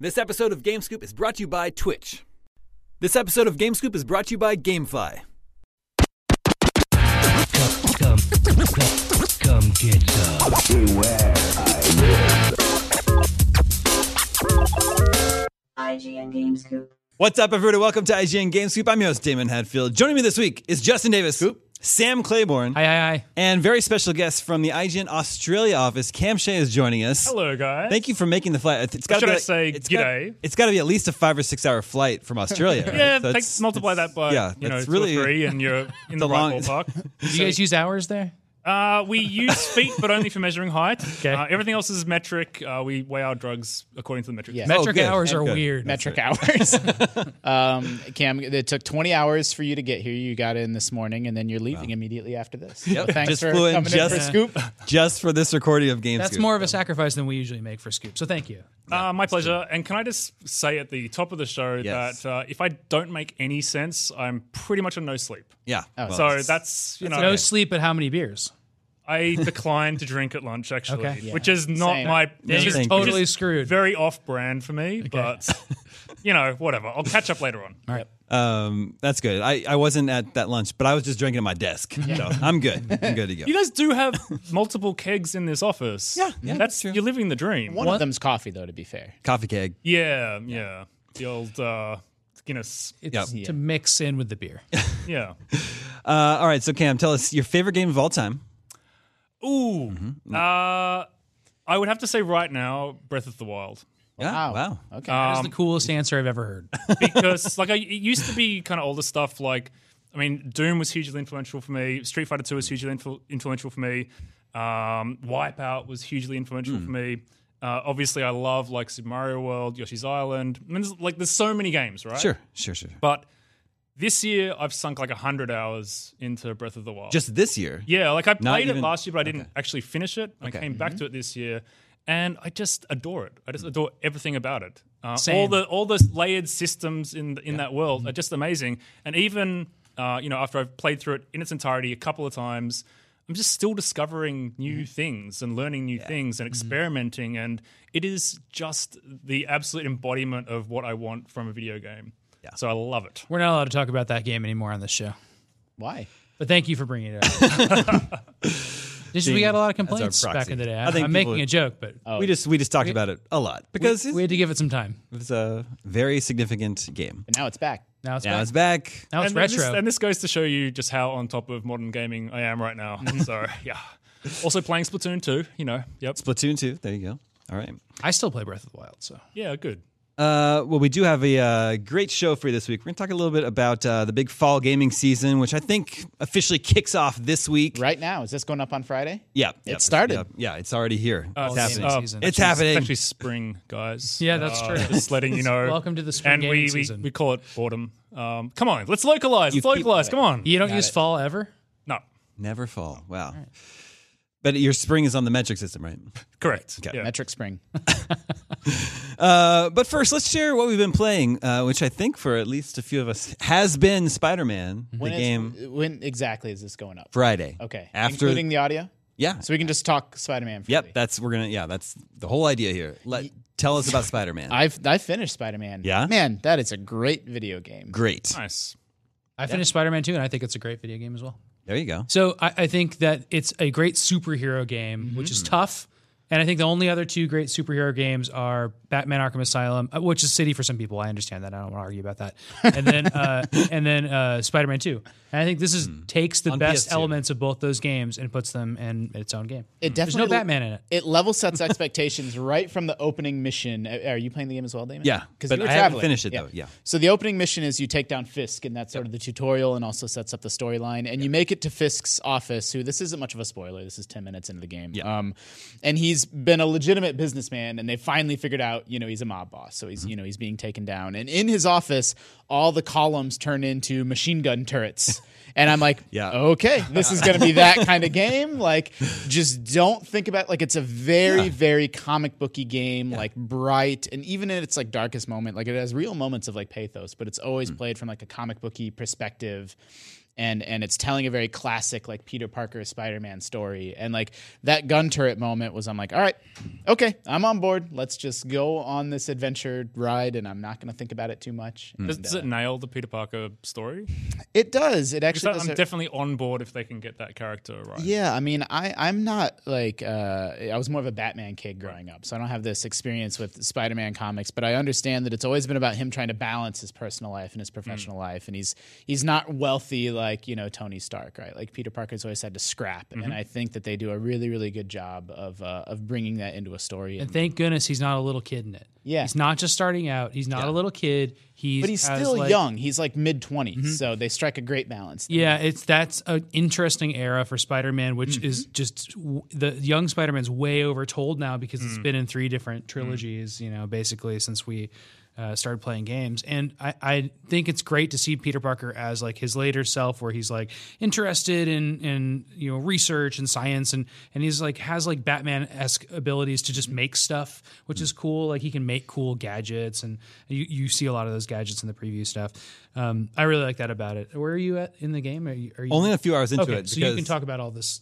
This episode of Game Scoop is brought to you by Twitch. This episode of Game Scoop is brought to you by GameFi. come, come, come get some. IGN Gamescoop. What's up, everybody? Welcome to IGN Game Scoop. I'm your host, Damon Hadfield. Joining me this week is Justin Davis, Sam Claiborne, Hi, hi, hi. and very special guest from the IGN Australia office, Cam Shea, is joining us. Hello, guys. Thank you for making the flight. It's gotta should be I like- say it's gotta- g'day? it's got to be at least a five or six hour flight from Australia. right? Yeah, So it's- thanks. Multiply it's- that by yeah, you know it's two really or three, and you're in a the right long- ballpark. Do you guys use hours there? Uh, we use feet, but only for measuring height. Okay. Uh, everything else is metric. Uh, we weigh our drugs according to the Uh, metric. Yeah. system. Oh, Metric good. hours are Good. weird. metric hours. um, Cam, it took 20 hours for you to get here. You got in this morning, and then you're leaving immediately after this. So thanks Just for flew in coming just- in for scoop. just for this recording of Game That's Scoop. more of a sacrifice than we usually make for Scoop. So thank you. Uh, my pleasure. And can I just say at the top of the show Yes. that uh, if I don't make any sense, I'm pretty much on no sleep. Yeah. Oh, well, so that's you know No sleep, but how many beers? I declined to drink at lunch actually, Okay. Yeah. which is not Same. my which you're is thank you. totally screwed. very off brand for me. But you know whatever. I'll catch up later on. Um, that's good. I, I wasn't at that lunch, but I was just drinking at my desk. So I'm good. I'm good to go. You guys do have multiple kegs in this office. Yeah, yeah, that's that's, true. you're living the dream. One of them's coffee, though, to be fair. Coffee keg. Yeah, yeah. The old uh, Guinness. It's Yep. to mix in with the beer. Yeah. Uh, all right. So, Cam, tell us your favorite game of all time. Ooh. Uh, I would have to say right now, Breath of the Wild, Um, Yeah. Wow. Okay. That's the coolest answer I've ever heard. because like I, it used to be kind of older stuff. Like, I mean, Doom was hugely influential for me. Street Fighter Two was hugely influ- influential for me. Um, Wipeout was hugely influential for me. Uh, obviously, I love like Super Mario World, Yoshi's Island. I mean, there's, like, there's so many games, right? Sure. Sure. Sure. But this year, I've sunk like 100 hours into Breath of the Wild. Just this year. yeah, like I played even- Mm-hmm. it last year, but I didn't actually finish it. I came back to it this year, and I just adore it. I just Mm. adore everything about it. Uh, all Same. the all the layered systems in in that world Mm-hmm. are just amazing. And even uh, you know, after I've played through it in its entirety a couple of times, I'm just still discovering new Mm-hmm. things and learning new things and experimenting. And it is just the absolute embodiment of what I want from a video game. So I love it. We're not allowed to talk about that game anymore on this show. Why? But thank you for bringing it up. Just, we got a lot of complaints back proxy. in the day. I think I'm people- making a joke, but We just we just talked about it a lot because we had to give it some time. it was a very significant game. But now it's back. Now it's, Now back. it's back. now it's and retro. This, and this goes to show you just how on top of modern gaming I am right now. so yeah. Also playing Splatoon 2, you know. Yep. Splatoon two. There you go. All right. I still play Breath of the Wild, so Yeah, good. Uh, well, we do have a uh, great show for you this week. We're going to talk a little bit about uh, the big fall gaming season, which I think officially kicks off this week. Right now, is this going up on Friday? Yeah, yeah, It started. Yeah, yeah, it's already here. it's it's- happening. uh, it's actually- It's happening. actually spring, guys. Uh, Yeah, that's true. Just letting you know. welcome to the spring and gaming we, we, season. we call it autumn. Um, come on, let's localize. Let's localize. Come on. you don't use fall ever. No, Never fall. Wow. But your spring is on the metric system, right? correct. Yeah. Metric Spring. Uh, but first, let's share what we've been playing, uh, which I think for at least a few of us has been Spider Man, the When is- game When exactly is this going up? Friday. Okay. After, Including the audio? yeah. So we can just talk Spider Man. Yep. That's, we're going to, yeah, that's the whole idea here. Let, tell us about Spider Man. I've, I finished Spider Man. Yeah? Man, that is a great video game. Great. Nice. I finished Spider Man 2, and I think it's a great video game as well. There you go. So I, I think that it's a great superhero game, which is tough. And I think the only other two great superhero games are Batman: Arkham Asylum, uh, which is city for some people. I understand that. I don't want to argue about that. And then, uh, and then uh, Spider-Man Two. And I think this is takes the best PS2. elements of both those games and puts them in its own game. It There's no definitely- Batman in it. It level sets expectations right from the opening mission. Are you playing the game as well, Damon? Yeah, because but you were I haven't traveling. finished it, though, yeah. So the opening mission is you take down Fisk, and that's sort of the tutorial, and also sets up the storyline. And you make it to Fisk's office. Who this isn't much of a spoiler. This is ten minutes into the game. Um, and he's been a legitimate businessman, and they finally figured out, you know, he's a mob boss. So Mm-hmm. he's, you know, he's being taken down. And in his office, all the columns turn into machine gun turrets. And I'm like, Yeah. okay, this is going to be that kind of game. Like, just don't think about like it's a very, very comic booky game, like bright, and even in its like darkest moment, like it has real moments of like pathos, but it's always played from like a comic booky perspective. and and it's telling a very classic like Peter Parker Spider-Man story. And like that gun turret moment was I'm like, all right, okay, I'm on board. Let's just go on this adventure ride, and I'm not going to think about it too much. Does, And, does uh, it nail the Peter Parker story? 'Cause it does. It actually. that- does I'm a- definitely on board if they can get that character right. Yeah, I mean, I I'm not like uh, I was more of a Batman kid growing up, so I don't have this experience with Spider-Man comics. But I understand that it's always been about him trying to balance his personal life Hmm. and his professional life, and he's he's not wealthy like you know Tony Stark, right? Like Peter Parker's always had to scrap, Mm-hmm. and I think that they do a really really good job of uh, of bringing that into a story. And thank goodness he's not a little kid in it. Yeah. He's not just starting out. He's not a little kid. He's but he's as, still like- Mm-hmm. young; he's like mid 20s so they strike a great balance. there. Yeah, it's that's an interesting era for Spider-Man, which is just w- the young Spider-Man's way overtold now because it's been in three different trilogies, you know, basically since we uh, started playing games. And I, I think it's great to see Peter Parker as like his later self, where he's like interested in in you know research and science, and and he's like has like Batman esque abilities to just make stuff, which Mm. is cool. Like he can make cool gadgets, and you you see a lot of those gadgets in the preview stuff. Um, I really like that about it. Where are you at in the game? Are you, are you Only a few hours into okay? it. so you can because talk about all this.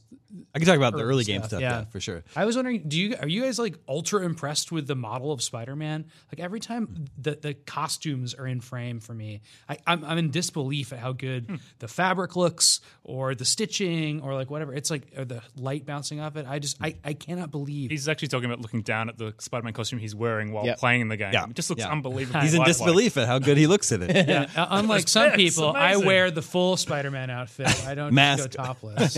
I can talk about the early early game stuff, stuff, yeah. yeah, for sure. I was wondering, do you are you guys like ultra impressed with the model of Spider-Man? Like every time the the costumes are in frame for me, I, I'm I'm in disbelief at how good Hmm. the fabric looks, or the stitching, or like whatever. It's like or the light bouncing off it. I just I, I cannot believe. He's actually talking about looking down at the Spider-Man costume he's wearing while Yep. playing the game. Yeah. It just looks Yeah. unbelievable. He's in lifelike. disbelief at how good he looks at it. yeah, uh, unlike some it's people, I amazing. wear the full Spider-Man outfit. I don't Mask. just go topless.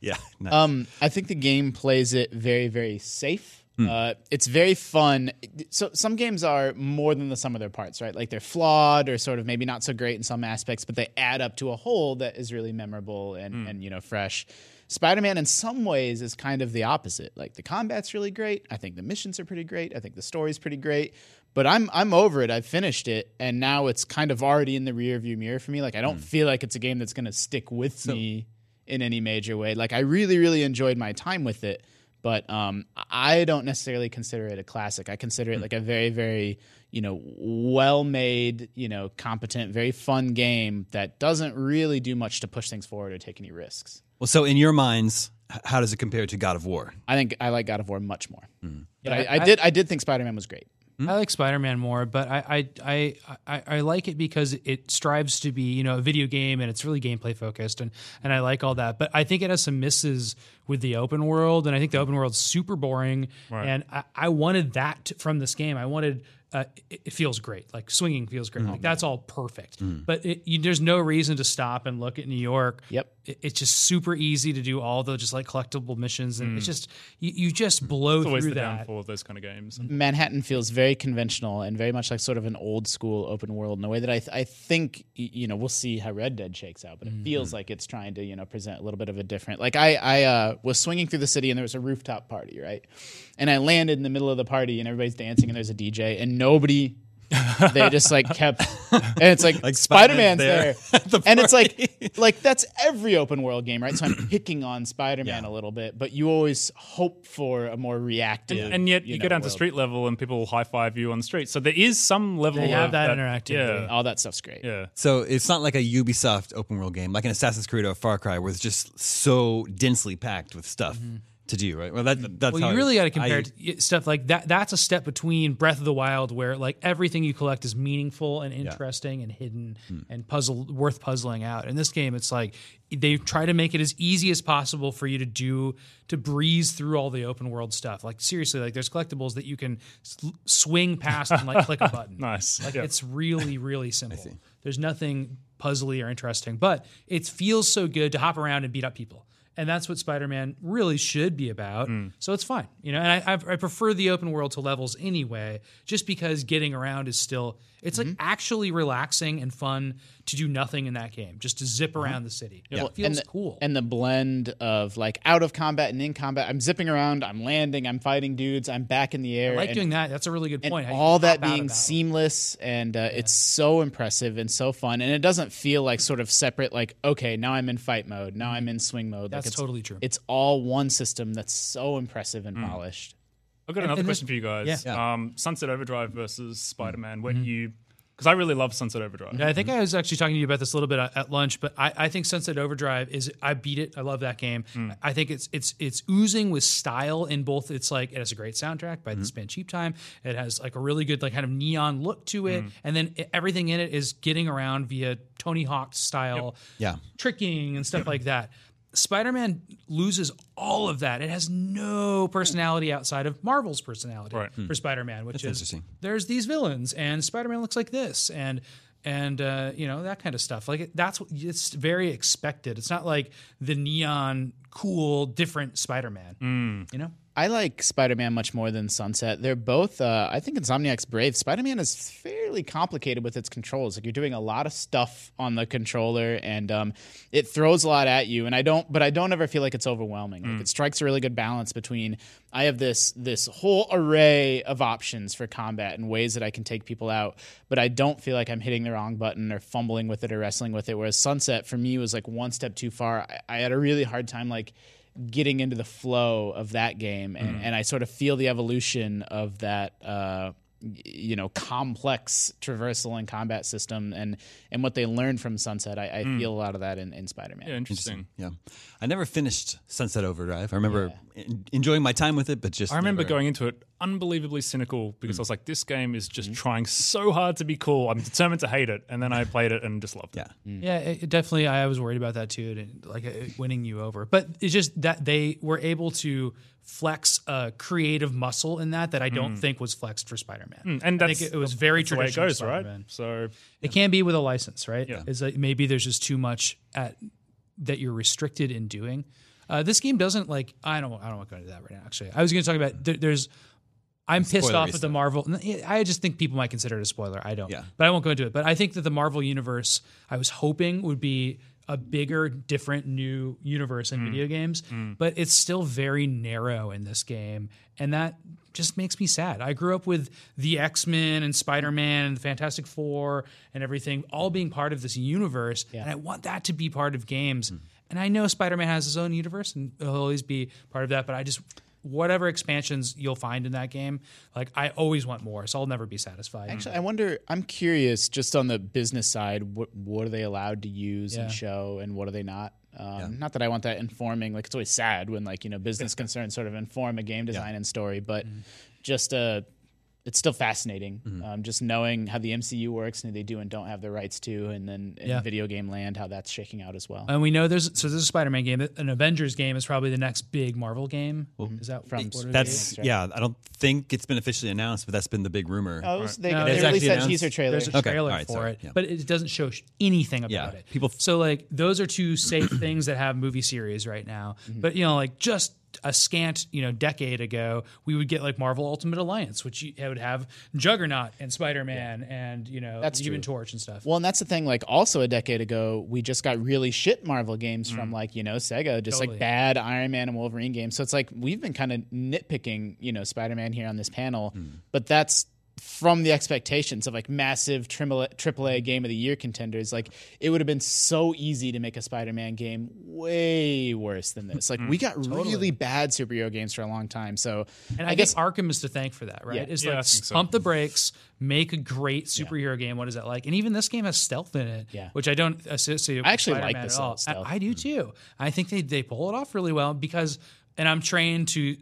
yeah. nice. Um, I think the game plays it very, very safe. Uh, it's very fun. So some games are more than the sum of their parts, right? Like they're flawed or sort of maybe not so great in some aspects, but they add up to a whole that is really memorable and and you know fresh. Spider-Man in some ways is kind of the opposite. Like the combat's really great. I think the missions are pretty great. I think the story's pretty great. But I'm I'm over it. I've finished it, and now it's kind of already in the rearview mirror for me. Like I don't feel like it's a game that's going to stick with me in any major way. Like I really, really enjoyed my time with it, but um, I don't necessarily consider it a classic. I consider it like a very, very you know well made, you know competent, very fun game that doesn't really do much to push things forward or take any risks. well, so in your minds, h- how does it compare to God of War? I think I like God of War much more, but Yeah, I, I I- did I did think Spider Man was great. I like Spider-Man more, but I I, I I I like it because it strives to be you know a video game and it's really gameplay focused and and I like all that. But I think it has some misses with the open world, and I think the open world's super boring. And I, I wanted that t- from this game. I wanted. Uh, it, it feels great. Like swinging feels great. Like that's all perfect. But it, you, there's no reason to stop and look at New York Yep. it- it's just super easy to do all the just like collectible missions and it's just you, you just blow Always through the that downfall of those kind of games. Mm. Manhattan feels very conventional and very much like sort of an old school open world in a way that I, th- I think, y- you know, we'll see how Red Dead shakes out, but it feels like it's trying to, you know, present a little bit of a different. Like I, I uh, was swinging through the city and there was a rooftop party, right? And I landed in the middle of the party and everybody's dancing and there's a DJ and nobody. they just like kept, and it's like, Like Spider Spider-Man's Man's there there, and it's like, like that's every open world game, right? So I'm picking on Spider Man a little bit, but you always hope for a more reactive. and yet you, go know, down to world. street level and people will high five you on the street. So there is some level They of have that interactivity. Yeah, all that stuff's great. yeah. So it's not like a Ubisoft open world game, like an Assassin's Creed or Far Cry, where it's just so densely packed with stuff to do, right? Well, that, that's Mm-hmm. Well, how you I- really got to compare I- it to y- stuff like that. That's a step between Breath of the Wild, where like everything you collect is meaningful and interesting and hidden Hmm. and puzzle worth puzzling out. In this game, it's like they try to make it as easy as possible for you to do to breeze through all the open world stuff. Like seriously, like there's collectibles that you can s- swing past and like click a button. Nice. Like Yeah. it's really, really simple. There's nothing puzzly or interesting, but it feels so good to hop around and beat up people. And that's what Spider-Man really should be about. Mm. So it's fine, you know. And I, I, I prefer the open world to levels anyway, just because getting around is still it's like Mm-hmm. actually relaxing and fun to do nothing in that game, just to zip around the city. It feels Mm-hmm. and the, cool. And the blend of like out of combat and in combat. I'm zipping around, I'm landing, I'm fighting dudes, I'm back in the air. I like and, doing that. That's a really good and point. How you all hop that out of being battle. seamless and uh, it's so impressive and so fun and it doesn't feel like sort of separate like okay now i'm in fight mode now i'm in swing mode Mm-hmm. That's like it's, totally true. Mm. it's all one system that's so impressive and polished I've got another and this- question for you guys. Yeah. Um, Sunset Overdrive versus Spider Man. When you because I really love Sunset Overdrive. Yeah, I think I was actually talking to you about this a little bit at, at lunch, but I, I think Sunset Overdrive is I beat it. I love that game. I think it's it's it's oozing with style in both. It's like it has a great soundtrack by this band Cheap Time. It has like a really good like kind of neon look to it, and then i- everything in it is getting around via Tony Hawk style, Yeah. tricking and stuff like that. Spider Man loses all of that. It has no personality outside of Marvel's personality Right. for Spider Man, which is interesting. there's these villains and spider-man looks like this and and uh, you know that kind of stuff like it, that's what- it's very expected it's not like the neon cool different spider-man Mm. you know I like Spider Man much more than Sunset. They're both, uh, I think Insomniac's Brave. Spider Man is fairly complicated with its controls. Like, you're doing a lot of stuff on the controller and um, it throws a lot at you. And I don't, but I don't ever feel like it's overwhelming. Like, it strikes a really good balance between I have this, this whole array of options for combat and ways that I can take people out, but I don't feel like I'm hitting the wrong button or fumbling with it or wrestling with it. Whereas Sunset for me was like one step too far. I, I had a really hard time, like, getting into the flow of that game and, and I sort of feel the evolution of that uh, y- you know complex traversal and combat system and and what they learned from Sunset I, I feel a lot of that in, in Spider-Man Yeah, interesting. Yeah, I never finished Sunset Overdrive. I remember en- enjoying my time with it, but just I remember never- going into it unbelievably cynical because I was like, this game is just trying so hard to be cool. I'm determined to hate it. And then I played it and just loved it. Yeah, yeah it, it definitely i was worried about that too and like it winning you over but it's just that they were able to flex a creative muscle in that that i don't think was flexed for spider-man Mm, And I Mm. that's think it, it was very the way it traditional goes, right? Spider-Man. So It can be with a license, right? Yeah. Is that maybe there's just too much at that you're restricted in doing. Uh, this game doesn't like. I don't. I don't want to go into that right now. Actually, I was going to talk about there, there's. I'm pissed off at the Marvel. n- I just think people might consider it a spoiler. I don't. Yeah. But I won't go into it. But I think that the Marvel universe, I was hoping would be a bigger, different, new universe in video games, but it's still very narrow in this game, and that just makes me sad. I grew up with the X Men and Spider Man and the Fantastic Four and everything, all being part of this universe, and I want that to be part of games. And I know Spider Man has his own universe, and he'll always be part of that. But I just whatever expansions you'll find in that game, like I always want more, so I'll never be satisfied. Actually, I wonder. I'm curious, just on the business side, what what are they allowed to use and Yeah. show, and what are they not? Um, Not that I want that informing. Like it's always sad when like you know business concerns sort of inform a game design and story, but Mm-hmm. just uh, it's still fascinating. Um, just knowing how the MCU works and who they do and don't have the rights to, and then in Yeah. Uh, video game land how that's shaking out as well. And we know there's so there's a Spider-Man game. An Avengers game is probably the next big Marvel game. is that from what are that's yeah. I don't think it's been officially announced, but that's been the big rumor. Oh, so they, No, they there's released actually that announced- teaser trailer. There's a Okay, trailer all right, for sorry, it, yeah. but it doesn't show sh- anything about Yeah, it. people- so like those are two safe things that have movie series right now. Mm-hmm. But you know, like just a scant you know decade ago, we would get like Marvel Ultimate Alliance, which you, it would have Juggernaut and Spider Man and you know That's Human true. Torch and stuff. Well, and that's the thing. Like, also a decade ago, we just got really shit Marvel games from like you know Sega, just Mm. Totally. like bad Iron Man and Wolverine games. So it's like we've been kind of nitpicking, you know, Spider Man here on this panel, Mm. but that's from the expectations of like massive triple Mm. AAA game of the year contenders. Like, it would have been so easy to make a Spider Man game way worse than this. Like, we got really bad superhero games for a long time. So Mm. And I, guess Arkham is to thank for that, right? Yeah. It's Yeah, I like think so. pump the brakes, make a great superhero game. What is that like? And even this game has stealth in it, Yeah. which I don't associate. With I actually like Spider-Man the at all. stealth stuff. I, I Hmm. do too. I think they they pull it off really well because, and I'm trained to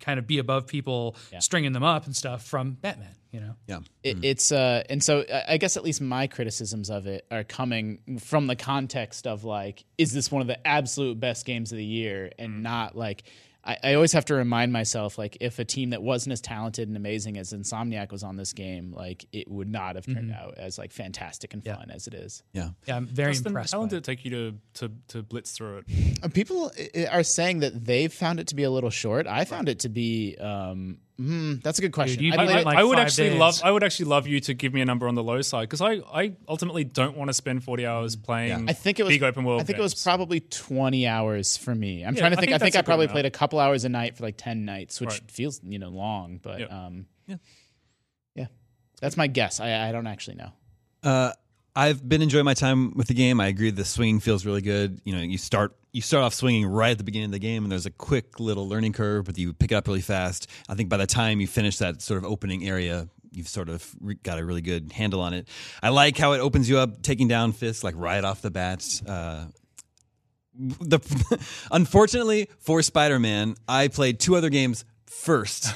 kind of be above people, stringing them up and stuff from Batman. You know, yeah, It, It's uh, and so I- I guess at least my criticisms of it are coming from the context of like, is this one of the absolute best games of the year, and not like. I, I always have to remind myself, like, if a team that wasn't as talented and amazing as Insomniac was on this game, like, it would not have turned out as like fantastic and fun as it is. yeah. yeah, I'm very Justin, impressed. how long by did it. it take you to, to, to blitz through it? Uh, People i- are saying that they found it to be a little short. I found it to be. Um, hmm, that's a good question. you I might played I, it- like I would five actually days. love. I would actually love you to give me a number on the low side because I, I ultimately don't want to spend forty hours playing. I think it was big open world. I think it was games. probably twenty hours for me. I'm trying to I think. think I think that's I a good probably amount. played a couple hours a night for like ten nights, which Right. feels you know long, but Yeah. um, yeah, that's my guess. I, I don't actually know. I've been enjoying my time with the game. I agree the swinging feels really good. You know, you start you start off swinging right at the beginning of the game, and there's a quick little learning curve, but you pick it up really fast. I think by the time you finish that sort of opening area, you've sort of re- got a really good handle on it. I like how it opens you up, taking down fists like right off the bat. Uh, the unfortunately for Spider-Man, I played two other games first.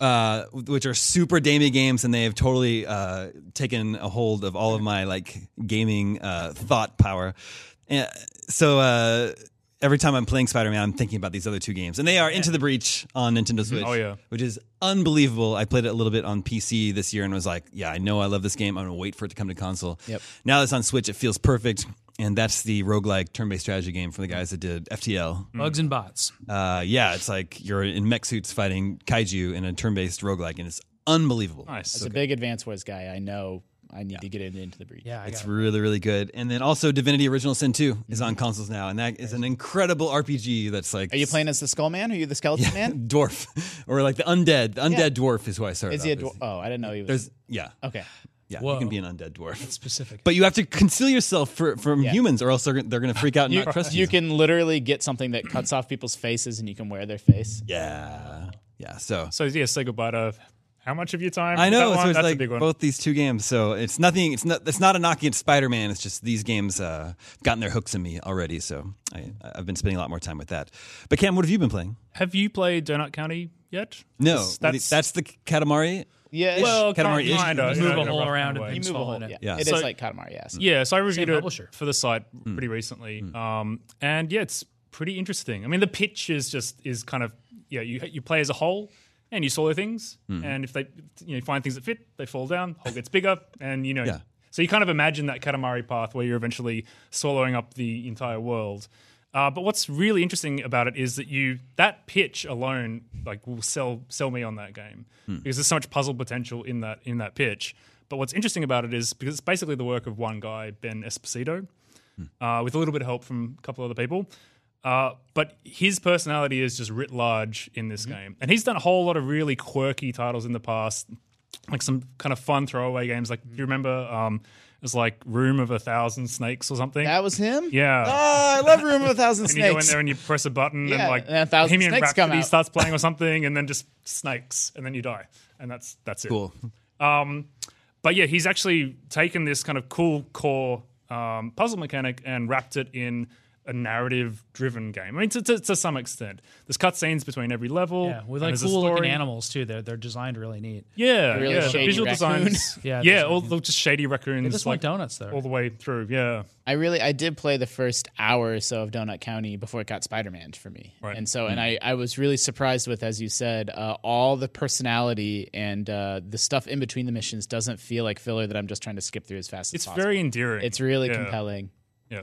Uh, which are super gamey games, and they have totally uh, taken a hold of all of my like gaming uh, thought power. And so uh, every time I'm playing Spider Man, I'm thinking about these other two games, and they are Into the Breach on Nintendo Switch. Oh, yeah. which is unbelievable. I played it a little bit on PC this year, and was like, yeah, I know I love this game. I'm gonna wait for it to come to console. Yep. Now that it's on Switch, it feels perfect. And that's the roguelike turn-based strategy game from the guys that did FTL. Bugs and bots. Hmm. Uh, yeah, it's like you're in mech suits fighting kaiju in a turn-based roguelike, and it's unbelievable. Nice. It's a big Advance Wars guy. I know I need to get into, into the breach. Yeah, I It's got it. really, really good. And then also Divinity Original Sin 2 is on consoles now, and that is an incredible RPG that's like Mm-hmm. Are you playing as the Skull Man? Are you the Skeleton Man? dwarf or like the undead. The undead dwarf is who I started. Is he a Oh, off as. dwarf? Oh, I didn't know he was. There's yeah. okay. Yeah, Whoa. you can be an undead dwarf. specific. But you have to conceal yourself for, from humans or else they're, gonna- they're going to freak out and You, not trust you. you can literally get something that cuts off people's faces and you can wear their face. Yeah. Yeah, so So yeah, say goodbye to how much of your time? I know. That so one? it's That's like a big one. both these two games. So it's nothing. It's not. It's not a knock against Spider Man. It's just these games uh, have gotten their hooks in me already. So I, I've been spending a lot more time with that. But Cam, what have you been playing? Have you played Donut County yet? No, That's- that's, that's- the Katamari. Yeah. Well, Katamari kind is- of. You move a hole around and you things move a fall whole. in it. Yeah. Yeah. It is So- Mm. like Katamari, yes. Yeah, so I Mm. reviewed Same it publisher. Mm. for the site pretty recently, um, and yeah, it's pretty interesting. I mean, the pitch is just is kind of yeah, you you play as a whole, and you solo things, Mm. and if they you know find things that fit, they fall down, hole gets bigger, and you know. Yeah. So you kind of imagine that Katamari path where you're eventually swallowing up the entire world. Uh, but what's really interesting about it is that you that pitch alone like will sell sell me on that game because there's so much puzzle potential in that in that pitch. But what's interesting about it is because it's basically the work of one guy, Ben Esposito, uh, with a little bit of help from a couple other people. Uh, but his personality is just writ large in this game, and he's done a whole lot of really quirky titles in the past like some kind of fun throwaway games. Like, do you remember? Um, it was like Room of a Thousand Snakes or something. That was him? yeah. Oh, I love Room of a Thousand and you go in Snakes. there and you press a button Yeah, and like and a thousand Bohemian snakes come Rhapsody out. starts playing or something, and then just snakes, and then you die, and that's that's it. Cool. Um, but yeah, he's actually taken this kind of cool core um, puzzle mechanic and wrapped it in a narrative-driven game. I mean, to, to, to some extent, there's cutscenes between every level. Yeah, with and like there's a cool looking story. animals too. They're they're designed really neat. Yeah, Really yeah. the shady visual raccoon. designs. Yeah, yeah, those all the just shady raccoons. They just want like, donuts there. all the way through. Yeah, I really I did play the first hour or so of Donut County before it got Spider Man for me, Right. Mm-hmm. and so and I I was really surprised with as you said uh, all the personality and uh, the stuff in between the missions doesn't feel like filler that I'm just trying to skip through as fast it's as possible. very endearing. it's really Yeah, compelling. Yeah, and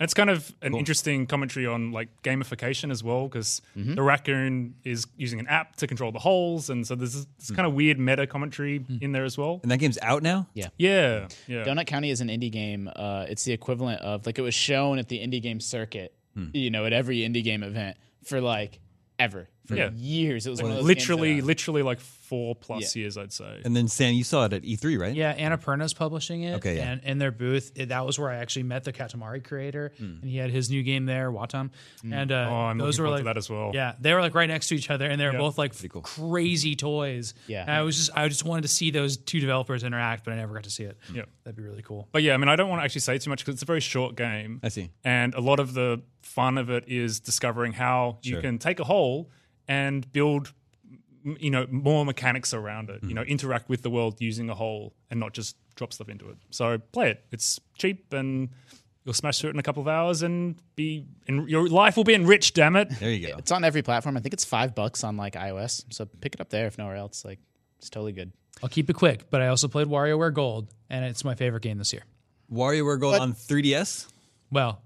it's kind of an interesting commentary on like gamification as well, because the raccoon is using an app to control the holes, and so there's this, this kind of weird meta commentary in there as well. And that game's out now. Yeah, yeah. Donut County is an indie game. Uh, it's the equivalent of like it was shown at the indie game circuit, you know, at every indie game event for like ever for Yeah. years. It was one of those games literally, that- literally like four plus years, I'd say. And then Sam, you saw it at E3, right? Yeah, Annapurna's publishing it. Okay, yeah. And in their booth, it- that was where I actually met the Katamari creator, Hmm. and he had his new game there, Watam. And uh, Oh, I'm those looking were forward like to that as well. Yeah, they were like right next to each other, and they were both like cool. crazy toys. Yeah. and I was just I just wanted to see those two developers interact, but I never got to see it. Yeah. that'd be really cool. But yeah, I mean, I don't want to actually say too much because it's a very short game. I see. And a lot of the fun of it is discovering how you can take a hole and build, m- you know, more mechanics around Mm. it. You know, interact with the world using a hole and not just drop stuff into it. So play it. It's cheap and you'll smash through it in a couple of hours and be and your life will be enriched. Damn it! There you go. It's on every platform. I think it's five bucks on like iOS. So pick it up there if nowhere else. Like it's totally good. I'll keep it quick. But I also played WarioWare Gold, and it's my favorite game this year. WarioWare Gold on 3DS. Well,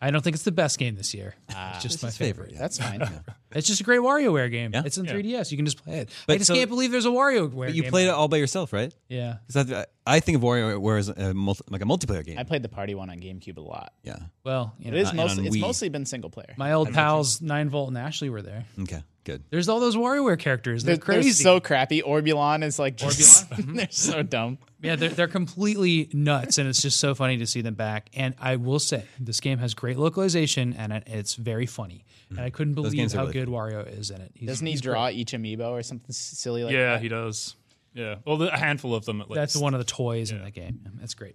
I don't think it's the best game this year. it's just my favorite. Ah, Favorite. That's fine. It's just a great WarioWare game. It's in Yeah. 3DS. You can just play it. I But just so- can't believe there's a WarioWare. But you game played it out. all by yourself, right? Yeah. 'Cause I, I think of WarioWare as a multi, like a multiplayer game. I played the party one on GameCube a lot. yeah. Well, you It know, is and on mostly it's Wii. mostly been single player. my old pals Nine Volt and Ashley were there. Okay. Good. There's all those WarioWare characters. They're, they're, they're crazy. Mm-hmm. so crappy. Orbulon is like just, they're so dumb. yeah, they're they're completely nuts, and it's just so funny to see them back. And I will say, this game has great localization, and it, it's very funny. And I couldn't believe games are how really good Wario is in it. He's, Doesn't he he's draw great. each amiibo or something s- silly like Yeah, that? he does. Yeah. Well, the- a handful of them at least. That's one of the toys in the game. Yeah, That's great.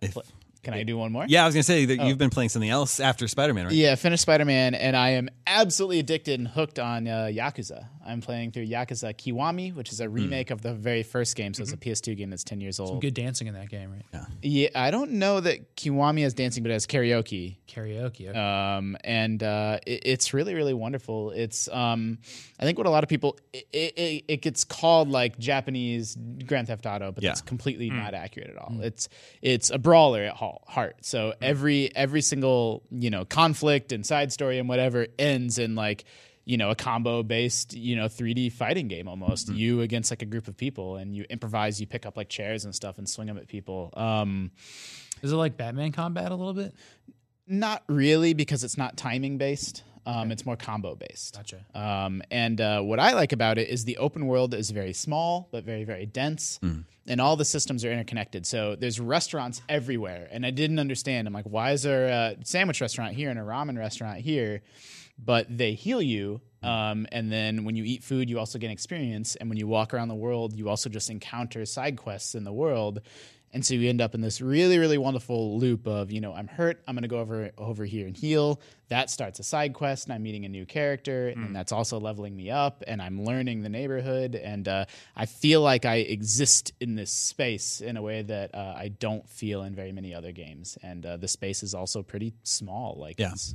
If- Can I do one more? yeah, I was gonna say that Oh. you've been playing something else after Spider Man, right? Yeah, finished Spider Man, and I am absolutely addicted and hooked on uh, Yakuza. I'm playing through Yakuza Kiwami, which is a remake of the very first game. So it's a PS2 game that's 10 years old. Hmm. Mm-hmm. Good dancing in that game, right? Yeah, I don't know that Kiwami has dancing, but it has karaoke. Karaoke. okay. Um, and uh, it, it's really, really wonderful. It's, um, I think, what a lot of people, it, it, it gets called like Japanese Grand Theft Auto, but Yeah. that's completely not accurate at all. It's it's a brawler at ha- heart. So every every single you know conflict and side story and whatever ends in like you know a combo based you know 3D fighting game almost. You against like a group of people, and you improvise. You pick up like chairs and stuff and swing them at people. Um, Is it like Batman combat a little bit? not really, because it's not timing based. Um, It's more combo based. Gotcha. Um, and uh, what I like about it is the open world is very small, but very, very dense. And all the systems are interconnected. So there's restaurants everywhere. And I didn't understand. I'm like, why is there a sandwich restaurant here and a ramen restaurant here? But they heal you. Um, and then when you eat food, you also gain experience. And when you walk around the world, you also just encounter side quests in the world. And so you end up in this really, really wonderful loop of, you know, I'm hurt, I'm gonna go over over here and heal. That starts a side quest, and I'm meeting a new character, and that's also leveling me up, and I'm learning the neighborhood, and uh, I feel like I exist in this space in a way that uh, I don't feel in very many other games. And uh, the space is also pretty small, like Yeah. it's,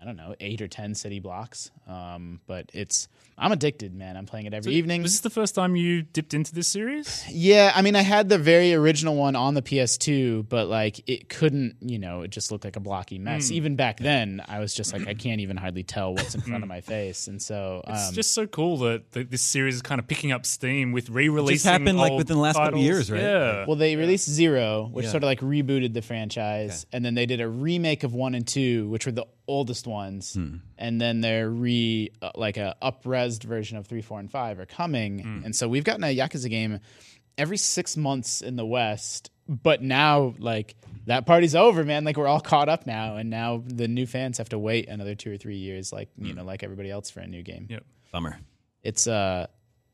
I don't know, eight or ten city blocks. Um, but it's, I'm addicted, man. I'm playing it every evening. Was this the first time you dipped into this series? Yeah, I mean, I had the very original one on the PS2, but like it couldn't, you know, it just looked like a blocky mess. Hmm. Even back then, I was just like, I can't even hardly tell what's in front of my face, and so um, Hmm. It's just so cool that, that this series is kind of picking up steam with re-releasing. happened, like, old within the last couple titles. years, right? Yeah. Well, they released Zero, which Yeah. sort of like rebooted the franchise, and then they did a remake of one and two, which were the oldest ones, Hmm. and then their re uh, like a upresed version of three, four, and five are coming, Hmm. and so we've gotten a Yakuza game every six months in the West, but now like that party's over, man. Like we're all caught up now, and now the new fans have to wait another two or three years, like you know, like everybody else for a new game. Hmm. Yeah. Bummer. It's uh,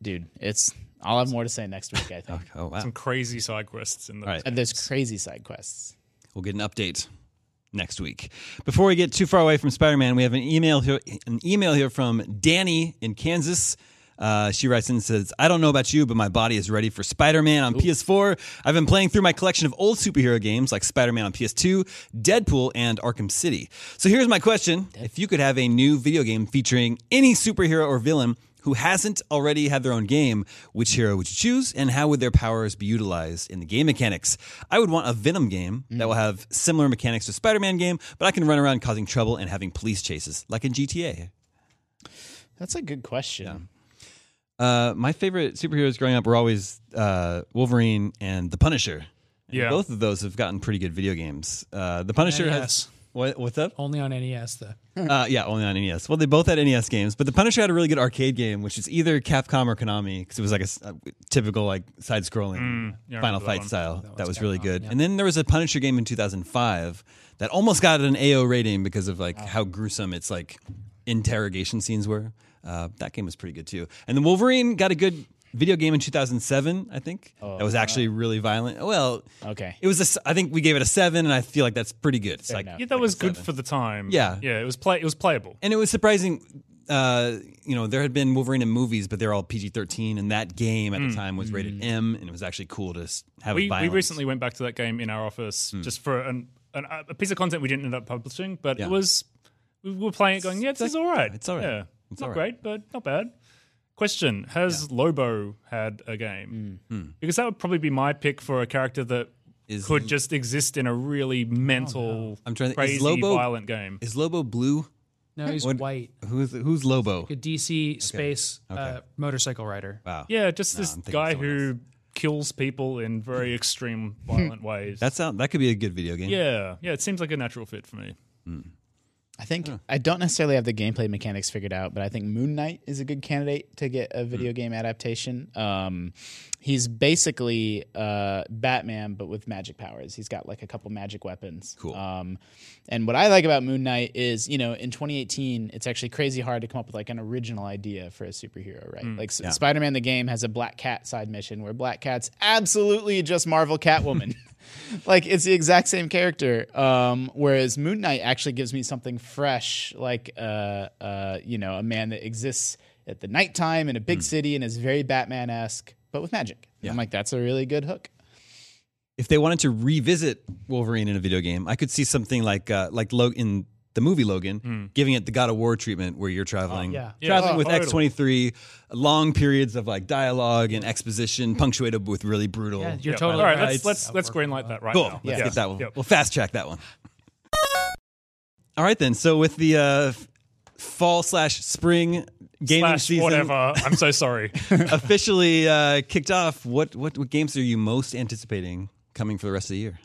dude, it's. I'll have more to say next week, I think. Oh wow. Some crazy side quests in the. All right. And there's crazy side quests. We'll get an update next week. Before we get too far away from Spider Man, we have an email here. An email here from Danny in Kansas. Uh, she writes in and says, I don't know about you, but my body is ready for Spider Man on PS4. I've been playing through my collection of old superhero games like Spider Man on PS2, Deadpool, and Arkham City. So here's my question If you could have a new video game featuring any superhero or villain who hasn't already had their own game, which hero would you choose, and how would their powers be utilized in the game mechanics? I would want a Venom game that will have similar mechanics to Spider Man game, but I can run around causing trouble and having police chases, like in GTA. That's a good question. Uh, my favorite superheroes growing up were always uh, Wolverine and The Punisher. And Yeah. Both of those have gotten pretty good video games. Uh, the Punisher NES. has. What, what's up? Only on NES though. Uh, yeah, only on NES. Well, they both had NES games, but the Punisher had a really good arcade game, which is either Capcom or Konami, because it was like a, s- a typical like side-scrolling Mm, yeah, I Final remember that Fight one. style. That, was really good. And then there was a Punisher game in 2005 that almost got an AO rating because of like how gruesome its like interrogation scenes were. Uh, that game was pretty good too. And the Wolverine got a good video game in 2007, I think. Oh, that was actually really violent. Well, Okay. it was. A, s- I think we gave it a seven, and I feel like that's pretty good. It's like enough. Yeah, that was good for the time. Yeah. Yeah, it was play. It was playable. and it was surprising. Uh, you know, there had been Wolverine in movies, but they're all PG thirteen, and that game at the time was Hmm. rated M, and it was actually cool to s- have. Hmm. we, we violence. Hmm. recently went back to that game in our office just for an, an, a piece of content we didn't end up publishing, but Yeah. it was we were playing it, going, yeah, this is all right. it's all right. Yeah, It's not all right. great, but not bad. Question: Has Lobo had a game? Because that would probably be my pick for a character that Hmm. Is- Oh, could just exist in a really mental, I'm trying to- is crazy, Lobo- violent game. is Lobo blue. No, he's What- white. Who's who's Lobo? A DC space Uh, motorcycle rider. Wow. Yeah, just this I'm thinking guy someone who kills people in very extreme, violent ways. That sound that could be a good video game. yeah, yeah. It seems like a natural fit for me. I think I don't necessarily have the gameplay mechanics figured out, but I think Moon Knight is a good candidate to get a video game adaptation. Um, he's basically uh, Batman, but with magic powers. He's got like a couple magic weapons. Cool. Um, and what I like about Moon Knight is, you know, in 2018, it's actually crazy hard to come up with like an original idea for a superhero, right? like S- Spider-Man the game has a Black Cat side mission where Black Cat's absolutely just Marvel Catwoman. like it's the exact same character. Um, whereas Moon Knight actually gives me something fresh, like uh, uh, you know, a man that exists at the nighttime in a big city and is very Batman-esque, but with magic. I'm like, that's a really good hook. if they wanted to revisit Wolverine in a video game, I could see something like uh, like Lo- in the movie Logan, giving it the God of War treatment, where you're traveling, yeah. Hmm. Yeah, Oh, traveling with totally. X twenty three, long periods of like dialogue and exposition, punctuated with really brutal. Yeah, you're Yeah, uh, totally all right, right. let's let's let's greenlight that right cool. now. Let's Yeah. get that one. Yep. We'll fast track that one. All right then. So with the uh, fall slash spring gaming Slash season whatever. I'm so sorry. officially uh, kicked off, what, what what games are you most anticipating coming for the rest of the year?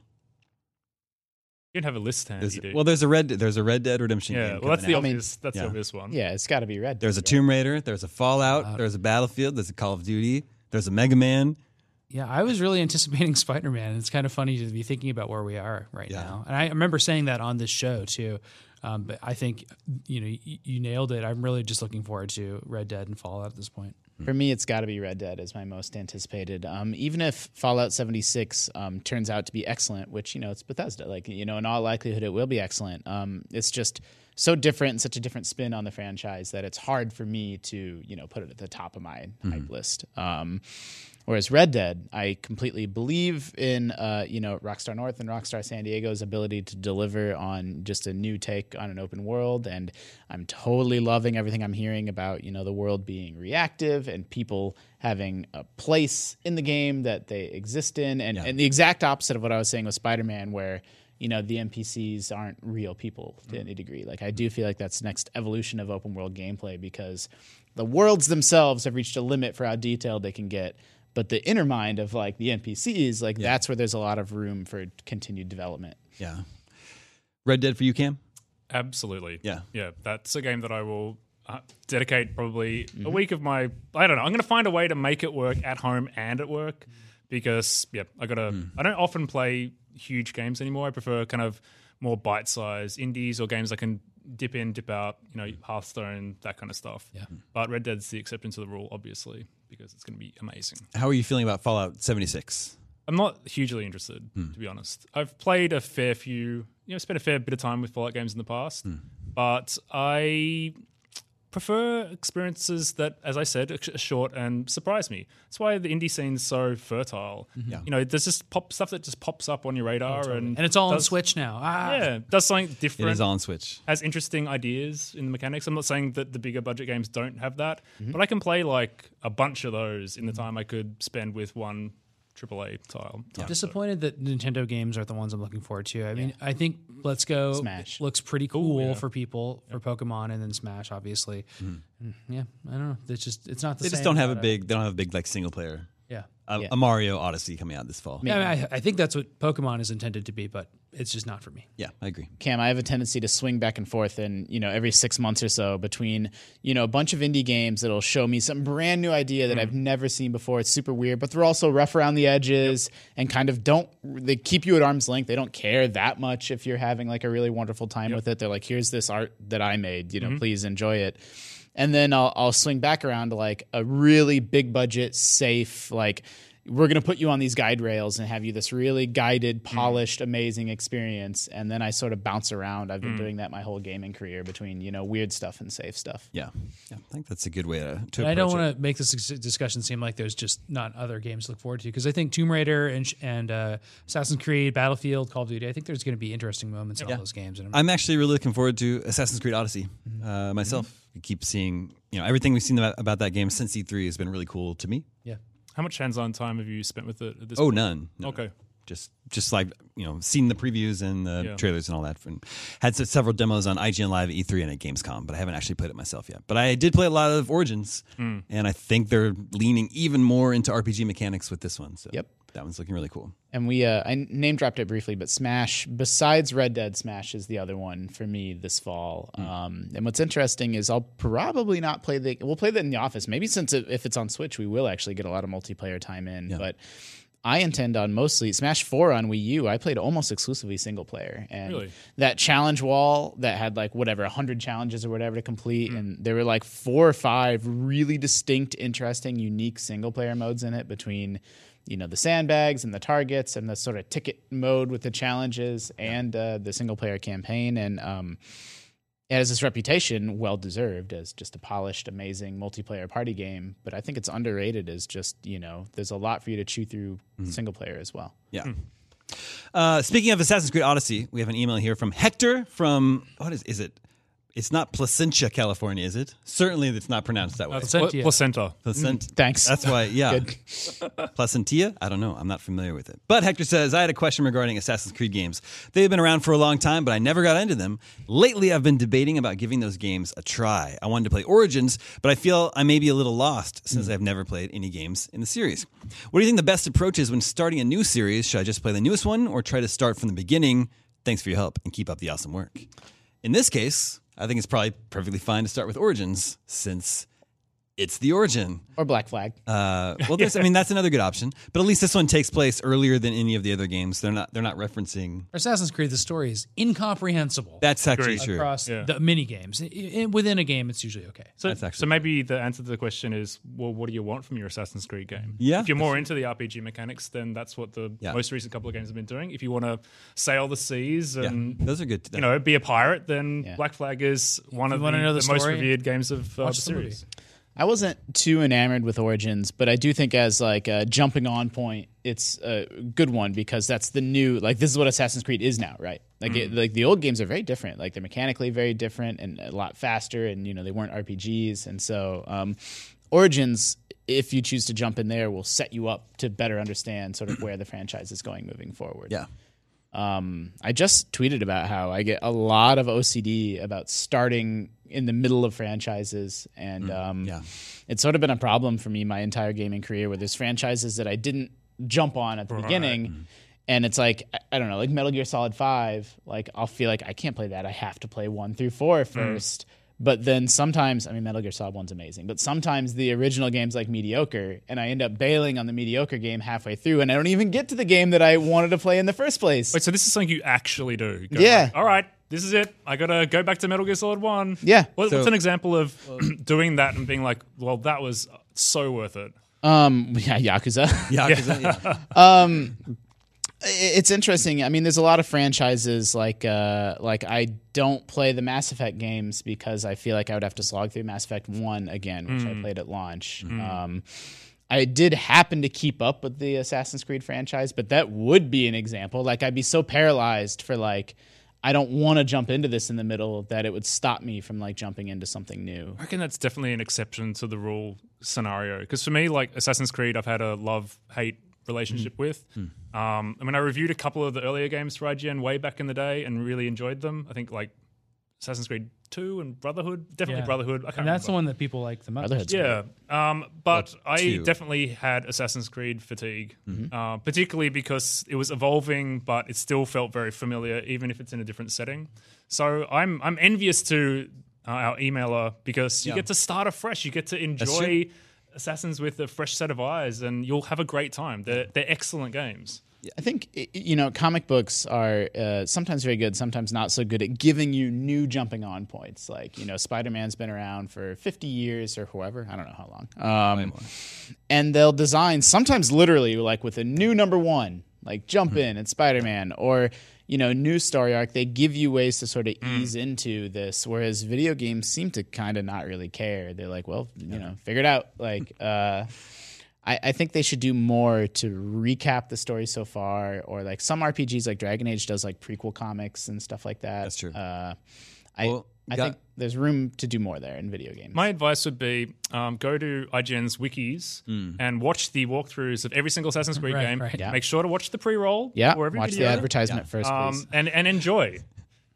You don't have a list hand. There's- you do. well, there's a red. There's a Red Dead Redemption. E yeah. game Well, that's coming the out. obvious. That's yeah. the obvious one. Yeah, it's got to be red. There's a Tomb Raider. There's a Fallout. There's a Battlefield. There's a Call of Duty. There's a Mega Man. Yeah, I was really anticipating Spider Man. It's kind of funny to be thinking about where we are right now. And I remember saying that on this show too. Um, but I think you know you, you nailed it. I'm really just looking forward to Red Dead and Fallout at this point. For me, it's got to be Red Dead as my most anticipated. Um, even if Fallout 76 um, turns out to be excellent, which you know it's Bethesda, like you know, in all likelihood it will be excellent. Um, it's just so different and such a different spin on the franchise that it's hard for me to you know put it at the top of my hype list. Um, Whereas Red Dead, I completely believe in uh, you know Rockstar North and Rockstar San Diego's ability to deliver on just a new take on an open world, and I'm totally loving everything I'm hearing about you know the world being reactive and people having a place in the game that they exist in, and, and the exact opposite of what I was saying with Spider-Man, where you know the NPCs aren't real people to any degree. Like I do feel like that's the next evolution of open world gameplay because the worlds themselves have reached a limit for how detailed they can get but the inner mind of like the npcs like that's where there's a lot of room for continued development Yeah. Red Dead for you, Cam. Absolutely. Yeah. Yeah. That's a game that I will uh, dedicate probably a week of my. I don't know. I'm going to find a way to make it work at home and at work because, yeah, I got to. I don't often play huge games anymore. I prefer kind of more bite sized indies or games I can dip in, dip out, you know, Hearthstone, that kind of stuff. Yeah. But Red Dead's the exception to the rule, obviously, because it's going to be amazing. How are you feeling about Fallout 76? I'm not hugely interested, to be honest. I've played a fair few, you know, spent a fair bit of time with Fallout games in the past, but I prefer experiences that, as I said, are sh- short and surprise me. That's why the indie scene's so fertile. You know, there's just pop stuff that just pops up on your radar, and And it's all on does- Switch now. Ah, Yeah, does something It different is on Switch. has interesting ideas in the mechanics. I'm not saying that the bigger budget games don't have that, but I can play like a bunch of those in the time I could spend with one AAA tile. tile. disappointed that Nintendo games aren't the ones I'm looking forward to. I mean, I think Let's Go Smash. looks pretty cool for people for Pokemon, and then Smash, obviously. Mm, Yeah, I don't know. It's just it's not Mm-hmm. the They same. just don't have a without big. They don't have a big like single player. Yeah. A, a Mario Odyssey coming out this fall. Yeah, I, mean, I, I think that's what Pokemon is intended to be, but it's just not for me. Yeah, I agree. Cam, I have a tendency to swing back and forth, and you know, every six months or so, between you know a bunch of indie games that'll show me some brand new idea that I've never seen before. It's super weird, but they're also rough around the edges and kind of don't. They keep you at arm's length. They don't care that much if you're having like a really wonderful time with it. They're like, "Here's this art that I made. You know, please enjoy it." And then I'll, I'll swing back around to like a really big budget, safe like we're going to put you on these guide rails and have you this really guided, polished, amazing experience. And then I sort of bounce around. I've been doing that my whole gaming career between, you know, weird stuff and safe stuff. Yeah, yeah. I think that's a good way to. to And I don't approach it. want to make this ex- discussion seem like there's just not other games to look forward to because I think Tomb Raider and sh- and uh, Assassin's Creed, Battlefield, Call of Duty. I think there's going to be interesting moments in all those games. And I'm- I'm actually really looking forward to Assassin's Creed Odyssey Mm-hmm. uh, myself. I keep seeing, you know, everything we've seen about, about that game since E3 has been really cool to me. yeah, How much hands-on time have you spent with it at this Oh, point? none. No, no. Okay. just just like you know, seen the previews and the Yeah. trailers and all that. And had se- several demos on IGN Live, E3, and at Gamescom, but I haven't actually played it myself yet. But I did play a lot Mm. of Origins, and I think they're leaning even more into RPG mechanics with this one. So Yep. That one's looking really cool. and we uh, I name dropped it briefly, but Smash besides Red Dead, Smash is the other one for me this fall. Um, and what's interesting is I'll probably not play the we'll play that in the office. Maybe since it, if it's on Switch, we will actually get a lot of multiplayer time in. But I intend on mostly Smash Four on Wii U. I played almost exclusively single player, and Really? that challenge wall that had like whatever 100 challenges or whatever to complete and there were like four or five really distinct interesting unique single player modes in it between you know the sandbags and the targets and the sort of ticket mode with the challenges and uh, the single player campaign and um it has this reputation well deserved as just a polished amazing multiplayer party game but i think it's underrated as just you know there's a lot for you to chew through single player as well Yeah. Uh, speaking of Assassin's Creed Odyssey, we have an email here from Hector from what is is it? It's not Placentia, California, is it? Certainly, it's not pronounced that way. Placentia. placenta. Placent- thanks. That's why, yeah. Placentia? I don't know. I'm not familiar with it. But Hector says, I had a question regarding Assassin's Creed games. They've been around for a long time, but I never got into them. Lately, I've been debating about giving those games a try. I wanted to play Origins, but I feel I may be a little lost since I've never played any games in the series. What do you think the best approach is when starting a new series? Should I just play the newest one or try to start from the beginning? Thanks for your help and keep up the awesome work. In this case, I think it's probably perfectly fine to start with Origins since it's the origin. or black flag Uh, well, this, I mean, that's another good option. But at least this one takes place earlier than any of the other games. They're not. They're not referencing. Assassin's Creed, the story is incomprehensible That's actually true. across Yeah. the mini games. I- I- within a game, it's usually okay. So, That's actually so maybe the answer to the question is, well, what do you want from your Assassin's Creed game? Yeah. If you're more into the RPG mechanics, then that's what the Yeah. most recent couple of games have been doing. If you want to sail the seas Yeah, and those are good. you know be a pirate, then Yeah. Black Flag is one of the, wanna know the the most story, revered games of uh, the watch the movie. series. I wasn't too enamored with Origins, but I do think as like a jumping on point, it's a good one because that's the new like this is what Assassin's Creed is now, right? Like it, like the old games are very different, like they're mechanically very different and a lot faster, and you know they weren't RPGs, and so um, Origins, if you choose to jump in there, will set you up to better understand sort of where the franchise is going moving forward. yeah, I just tweeted about how I get a lot of OCD about starting in the middle of franchises, and um, yeah. it's sort of been a problem for me my entire gaming career, where there's franchises that I didn't jump on at the beginning, and it's like I, I don't know, like Metal Gear Solid Five. Like I'll feel like I can't play that; I have to play one through four first. But then sometimes, I mean, Metal Gear Solid One's amazing, but sometimes the original game's like mediocre, and I end up bailing on the mediocre game halfway through, and I don't even get to the game that I wanted to play in the first place. Wait, so this is something you actually do? Go Yeah. like, All right, this is it. I gotta go back to Metal Gear Solid One. Yeah. What, So- what's an example of doing that and being like, well, that was so worth it. Um, yeah, Yakuza. yeah, 'cause, uh, yeah. I- it's interesting. I mean, there's a lot of franchises like uh, like I don't play the Mass Effect games because I feel like I would have to slog through Mass Effect One again, which I played at launch. Um, I did happen to keep up with the Assassin's Creed franchise, but that would be an example. Like I'd be so paralyzed for like I don't want to jump into this in the middle that it would stop me from like jumping into something new. I reckon that's definitely an exception to the rule scenario. Because for me, like Assassin's Creed, I've had a love hate relationship Hmm. with. Um, I mean, I reviewed a couple of the earlier games for IGN way back in the day and really enjoyed them. I think like Assassin's Creed 2 and Brotherhood, definitely Yeah. Brotherhood. I can't And that's the one remember. that people like the most. Brotherhood's great. Yeah, um, but I two. definitely had Assassin's Creed fatigue, uh, particularly because it was evolving, but it still felt very familiar, even if it's in a different setting. So I'm I'm envious to uh, our emailer because you get to start afresh. You get to enjoy Assassins with a fresh set of eyes, and you'll have a great time. They're they're excellent games. I think i- you know comic books are uh, sometimes very good, sometimes not so good at giving you new jumping on points. Like you know, Spider Man's been around for fifty years or however I don't know how long, um, and they'll design sometimes literally like with a new number one, like jump in and Spider Man or you know new story arc. They give you ways to sort of ease into this, whereas video games seem to kind of not really care. They're like, well, you know, figure it out. Like. Uh, I, I think they should do more to recap the story so far, or like some RPGs, like Dragon Age, does like prequel comics and stuff like that. That's true. Uh, I Well, I got- think there's room to do more there in video games. My advice would be um, go to IGN's wikis and watch the walkthroughs of every single Assassin's Creed Right, game. right. Yeah. Make sure to watch the pre-roll. yeah, or every watch the video. advertisement first, please. um, and and enjoy.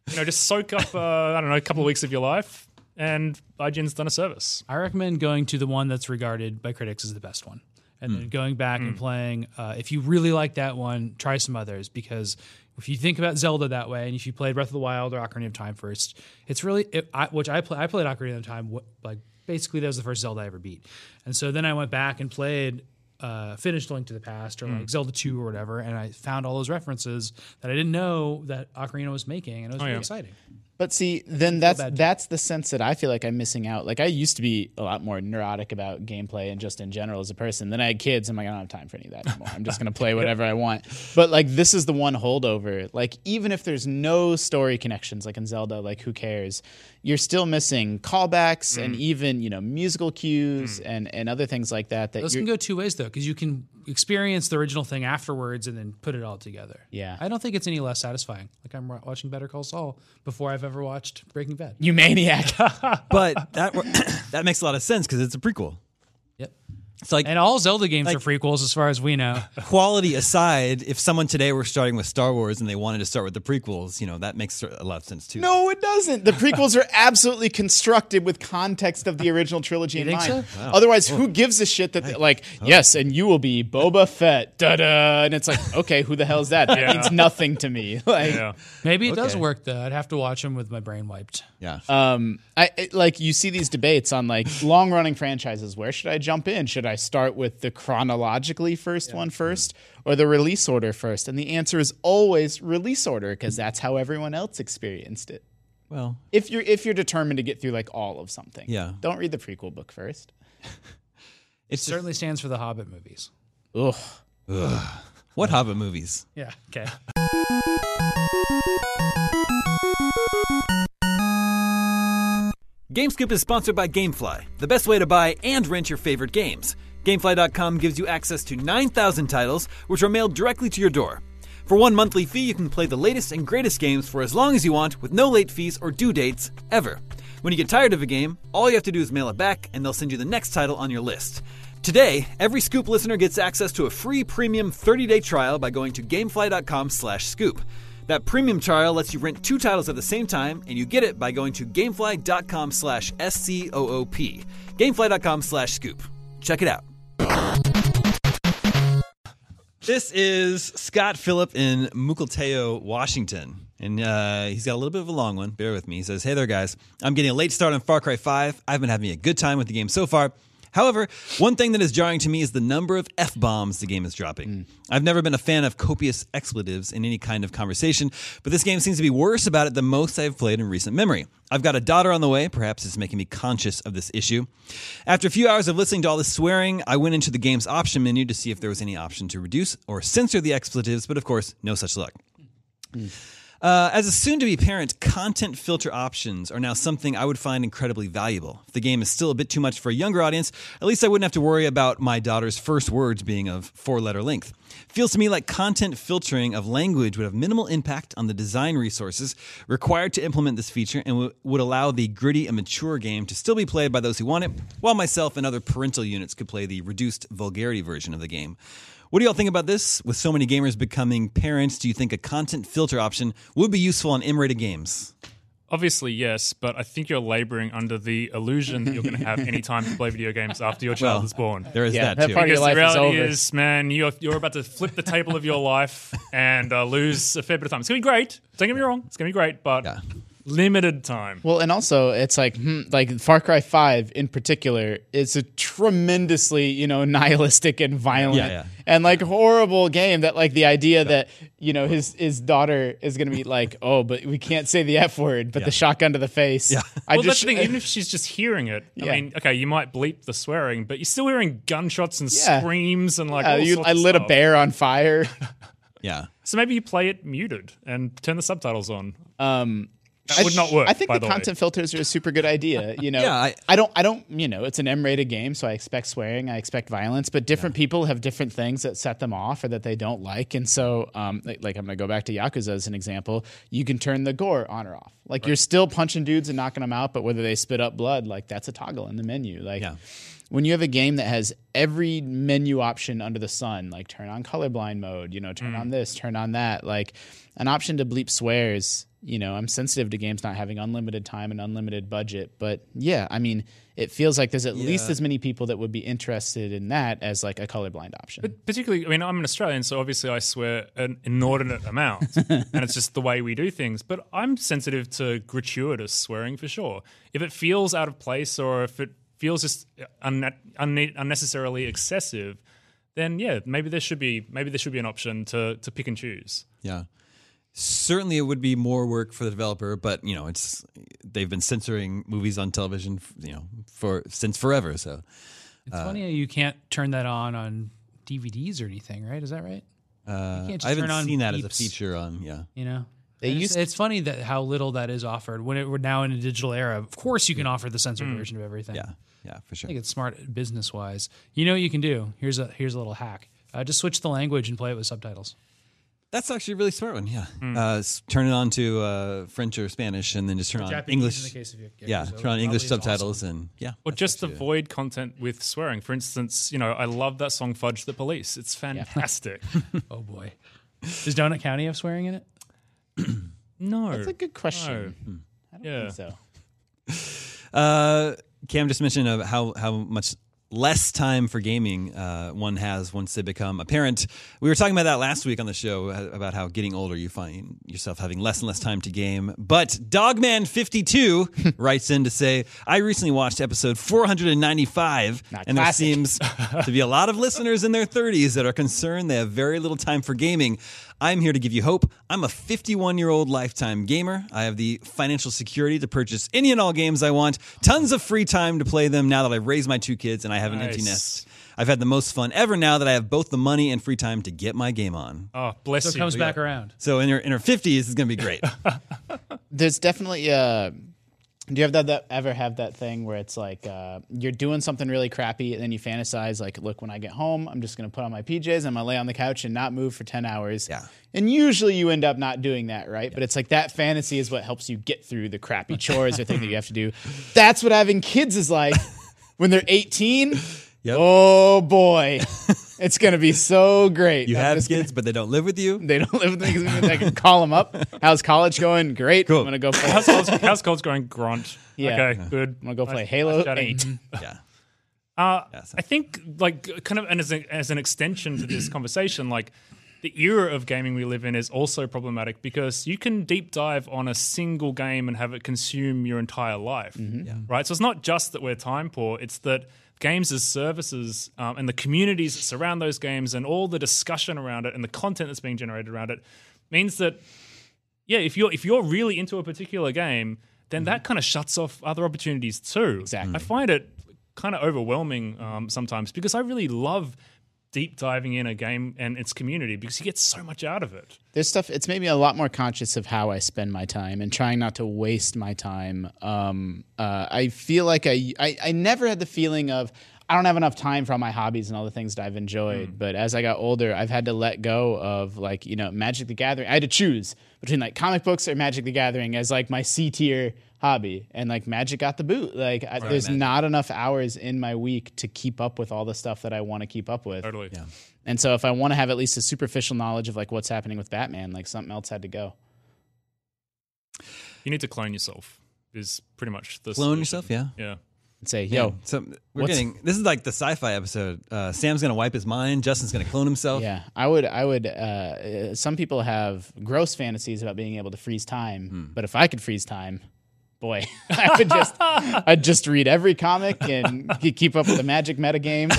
You know, just soak up. Uh, I don't know, a couple of weeks of your life, and IGN's done a service. I recommend going to the one that's regarded by critics as the best one. and then going back and playing. Uh, if you really like that one, try some others because if you think about Zelda that way, and if you played Breath of the Wild or Ocarina of Time first, it's really it, I, which I play. I played Ocarina of Time wh- like basically that was the first Zelda I ever beat, and so then I went back and played. Uh, finished Link to the Past or like Zelda 2 or whatever, and I found all those references that I didn't know that Ocarina was making, and it was really yeah. exciting. But see, then that's bad. that's the sense that I feel like I'm missing out. Like I used to be a lot more neurotic about gameplay and just in general as a person. Then I had kids. I'm like, I don't have time for any of that anymore. I'm just gonna play whatever I want. But like this is the one holdover. Like even if there's no story connections, like in Zelda, like who cares? You're still missing callbacks Mm. and even you know musical cues and and other things like that. That Those you're- can go two ways though, because you can experience the original thing afterwards and then put it all together. Yeah. I don't think it's any less satisfying. Like I'm wa- watching Better Call Saul before I've ever watched Breaking Bad. you maniac. But that that makes a lot of sense because it's a prequel. Yep. It's like And uh, all Zelda games are prequels, as far as we know. quality aside, if someone today were starting with Star Wars and they wanted to start with the prequels, you know that makes a lot of sense too. No, it doesn't. The prequels are absolutely constructed with context of the original trilogy in think mind. so? Otherwise, who gives a shit that, they- like, yes, and you will be Boba Fett, da da. And it's like, okay, who the hell is that? That Yeah. means nothing to me. Like, Yeah. Maybe it does Okay. work though. I'd have to watch them with my brain wiped. Yeah. um, I it- like you see these debates on like long running franchises. Where should I jump in? Should I start with the chronologically first one first, or the release order first? And the answer is always release order because that's how everyone else experienced it. well, if you're if you're determined to get through like all of something Yeah. don't read the prequel book first it's just- Certainly stands for the Hobbit movies. Ugh. what Hobbit movies? Yeah. Okay. GameScoop is sponsored by GameFly, the best way to buy and rent your favorite games. GameFly.com gives you access to 9,000 titles, which are mailed directly to your door. For one monthly fee, you can play the latest and greatest games for as long as you want with no late fees or due dates ever. When you get tired of a game, all you have to do is mail it back and they'll send you the next title on your list. Today, every Scoop listener gets access to a free premium 30-day trial by going to gamefly.com/scoop. That premium trial lets you rent two titles at the same time, and you get it by going to gamefly.com slash S-C-O-O-P. Gamefly.com slash scoop. Check it out. This is Scott Phillip in Mukilteo, Washington. And uh, he's got a little bit of a long one. Bear with me. He says, Hey there, guys. I'm getting a late start on Far Cry 5. I've been having a good time with the game so far. However, one thing that is jarring to me is the number of F bombs the game is dropping. I've never been a fan of copious expletives in any kind of conversation, but this game seems to be worse about it than most I've played in recent memory. I've got a daughter on the way. Perhaps it's making me conscious of this issue. After a few hours of listening to all this swearing, I went into the game's option menu to see if there was any option to reduce or censor the expletives, but of course, no such luck. Uh, as a soon to be parent, content filter options are now something I would find incredibly valuable. If the game is still a bit too much for a younger audience, at least I wouldn't have to worry about my daughter's first words being of four letter length. Feels to me like content filtering of language would have minimal impact on the design resources required to implement this feature and w- would allow the gritty and mature game to still be played by those who want it, while myself and other parental units could play the reduced vulgarity version of the game. What do y'all think about this? With so many gamers becoming parents, do you think a content filter option would be useful on M-rated games? Obviously, yes, but I think you're laboring under the illusion that you're going to have any time to play video games after your child Well, is born. There is Yeah, that that too. part- Your Because the life is reality over. is, man, you're, you're about to flip the table of your life and uh, lose a fair bit of time. It's going to be great. Don't get me wrong. It's going to be great, but Yeah. limited time. well and also it's like hmm, like far cry 5 in particular it's a tremendously you know nihilistic and violent Yeah, yeah. and like horrible game that like the idea that you know his his daughter is gonna be like oh but we can't say the f word but the shotgun to the face yeah. i well, that's just the thing. Even if she's just hearing it, Yeah. I mean, okay, you might bleep the swearing, but you're still hearing gunshots and Yeah. screams and like. uh, all you, sorts i of lit a stuff. bear on fire yeah. So maybe you play it muted and turn the subtitles on. um That would not work. I think by the, the, way. content filters are a super good idea. You know, Yeah, I- I, don't, I don't, you know, it's an M-rated game, so I expect swearing, I expect violence, but different people have different things that set them off or that they don't like, and so, um, like, like, I'm going to go back to Yakuza as an example. You can turn the gore on or off. Like you're still punching dudes and knocking them out, but whether they spit up blood, like that's a toggle in the menu. Like, Yeah. when you have a game that has every menu option under the sun, like turn on colorblind mode, you know, turn on this, turn on that, like an option to bleep swears, you know, I'm sensitive to games not having unlimited time and unlimited budget, but yeah, I mean, it feels like there's at least as many people that would be interested in that as like a colorblind option. particularly i mean i'm an australian so obviously i swear an inordinate amount and it's just the way we do things but i'm sensitive to gratuitous swearing for sure if it feels out of place or if it feels just unne- unne- unnecessarily excessive then yeah maybe there should be maybe there should be an option to to pick and choose Yeah. Certainly, it would be more work for the developer, but you know, it's they've been censoring movies on television, you know, for since forever. So It's Uh, funny how you can't turn that on on DVDs or anything, right? Is that right? Uh, you can't I haven't seen that as a beeps, feature on. Yeah, You know, They it's, used- it's funny that how little that is offered when it, we're now in a digital era. Of course, you can offer the censored Mm. version of everything. yeah, yeah, for sure. I think it's smart business wise. You know what you can do. Here's a here's a little hack. Uh, just switch the language and play it with subtitles. That's actually a really smart one. Yeah, Hmm. Uh s turn it on to uh, French or Spanish, and then just turn on English. of you. yeah, turn on English subtitles, and yeah, or just avoid content with swearing for instance you know i love that song fudge the police it's fantastic Oh boy, does Donut County have swearing in it? no That's a good question. Hmm. I don't Oh, Yeah. think so. Uh, Cam just mentioned of how how much less time for gaming uh, one has once they become a parent. We were talking about that last week on the show uh, about how getting older you find yourself having less and less time to game. But Dogman52 writes in to say, "I recently watched episode 495, Not and classic. there seems to be a lot of listeners in their 30s that are concerned they have very little time for gaming. I'm here to give you hope. I'm a 51 year old lifetime gamer. I have the financial security to purchase any and all games I want, tons of free time to play them now that I've raised my two kids and I have an empty Nice. nest. I've had the most fun ever now that I have both the money and free time to get my game on. oh bless So it you comes Yeah. back around. So in her in her 50s, it's going to be great. There's definitely. Uh, do you have that, that ever have that thing where it's like uh, you're doing something really crappy and then you fantasize like, look, when I get home, I'm just gonna put on my PJs, I'm gonna lay on the couch and not move for ten hours. Yeah. And usually you end up not doing that, right? But it's like that fantasy is what helps you get through the crappy chores or thing that you have to do. That's what having kids is like when they're 18. Oh boy, it's gonna be so great. You I'm have just gonna- kids, but they don't live with you. They don't live with me 'cause I can call them up. How's college going? Great. Cool. I'm gonna go play. How's Cold's, how's Cold's going? Grunt. Yeah. Okay, good. I'm gonna go play Halo 8. Yeah. Uh, so- I think, like, kind of, and as, a, as an extension to this conversation, like, the era of gaming we live in is also problematic because you can deep dive on a single game and have it consume your entire life, Mm-hmm. right? So it's not just that we're time poor; it's that games as services um, and the communities that surround those games and all the discussion around it and the content that's being generated around it means that yeah, if you're if you're really into a particular game, then that Mm-hmm. kind of shuts off other opportunities too. Exactly. I find it kind of overwhelming um, sometimes because I really love deep diving in a game and its community because you get so much out of it. There's stuff. It's made me a lot more conscious of how I spend my time and trying not to waste my time. Um, uh, I feel like I, I I never had the feeling of I don't have enough time for all my hobbies and all the things that I've enjoyed. But as I got older, I've had to let go of like you know Magic the Gathering. I had to choose between like comic books or Magic the Gathering as like my C tier hobby, and like Magic got the boot. Like I, there's not enough hours in my week to keep up with all the stuff that I want to keep up with. Totally. Yeah. And so if I want to have at least a superficial knowledge of like what's happening with Batman, like something else had to go. You need to clone yourself. Is pretty much the Clone solution. yourself, yeah. Yeah. And say, yo, So we're What's- getting this is like the sci-fi episode. Uh, Sam's gonna wipe his mind. Justin's gonna clone himself. yeah, I would, I would. Uh, uh, some people have gross fantasies about being able to freeze time, but if I could freeze time, boy, I would just, I'd just read every comic and ke- keep up with the Magic metagame,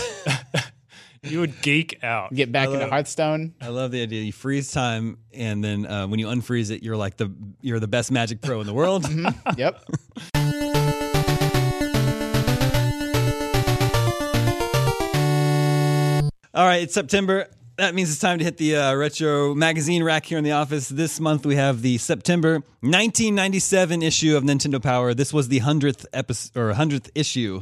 You would geek out. get back into Hearthstone. I love the idea. You freeze time, and then uh, when you unfreeze it, you're like the you're the best magic pro in the world. Yep. All right, it's September. That means it's time to hit the uh, retro magazine rack here in the office. This month we have the September 1997 issue of Nintendo Power. This was the hundredth episode or hundredth issue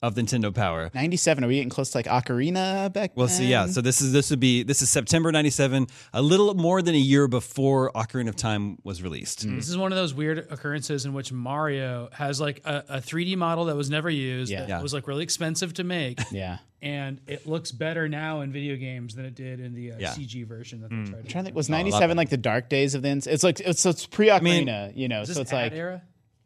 of Nintendo Power. 97. Are we getting close to like Ocarina back Well, so yeah, so this is this would be this is September '97, a little more than a year before Ocarina of Time was released. This is one of those weird occurrences in which Mario has like a, a 3D model that was never used, Yeah. that Yeah. was like really expensive to make, Yeah. and it looks better now in video games than it did in the uh, Yeah. CG version that Mm. they tried. I'm trying to think, was 97 like the dark days of the ins- It's like, it's, it's pre Ocarina, you know, Is so this it's like, ad era?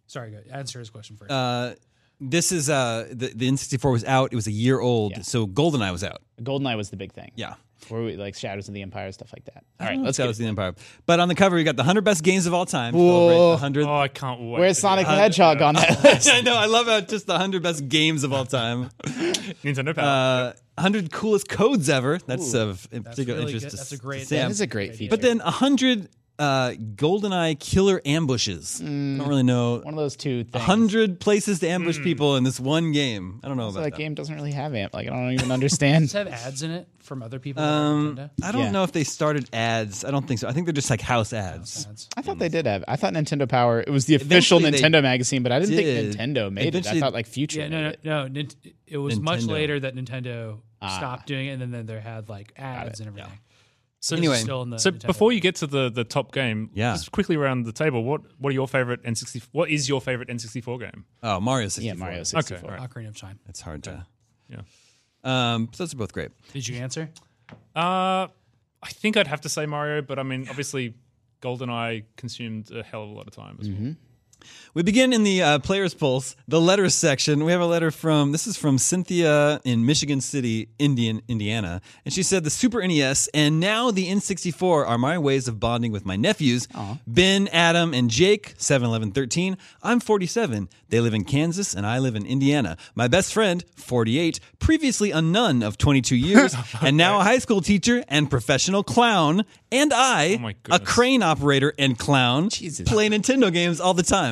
Sorry, go answer his question first. Uh, This is uh the, the N64 was out; it was a year old, so GoldenEye was out. Goldeneye was the big thing. Yeah, Where we like Shadows of the Empire, stuff like that. All I right, don't know let's if that go. was the Empire. But on the cover, we got the hundred best games of all time. Celebrate the hundred. Oh, I can't wait. Uh, Where's to Sonic do the Hedgehog on that list? I know. I love how just the hundred best games of all time. that. Nintendo Uh, Power. hundred coolest codes ever. That's of particular really interest to, good. That's a to great- Sam. That is a great feature. But then 100 uh, GoldenEye killer ambushes. I don't really know. one of those two things. 100 places to ambush people in this one game. I don't know So about that that. game doesn't really have amp. Like I don't even Does understand. it have ads in it from other people? Um, Um, I don't Yeah. know if they started ads. I don't think so. I think they're just like house ads. I thought they did have. I thought Nintendo Power. It was the official Eventually they Nintendo magazine, but I didn't did. think Nintendo made it. Eventually- I thought like Future. yeah, Uh, no, made no, it. no. Nint- it was much Nintendo. Ah. later that Nintendo stopped doing it, and then, then there had like ads and everything. So Anyway, still in the so Nintendo. before you get to the, the top game, Yeah. just quickly around the table, what what are your favorite N64? What is your favorite N64 game? Oh, Mario 64. Yeah, Mario Okay, 64. all right. Ocarina of Time. It's hard to. Yeah. Um, so those are both great. Did you answer? Uh, I think I'd have to say Mario, but I mean, obviously, GoldenEye consumed a hell of a lot of time as well. Mm-hmm. We begin in the uh, player's pulse, the letters section. We have a letter from this is from Cynthia in Michigan City, Indian, Indiana, and she said the Super NES and now the N64 are my ways of bonding with my nephews, Ben, Adam, and Jake, 7, 11, 13. I'm 47. They live in Kansas and I live in Indiana. My best friend, 48, previously a nun of 22 years and now a high school teacher and professional clown, and I, my a goodness. crane operator and clown, Jesus. play Nintendo games all the time.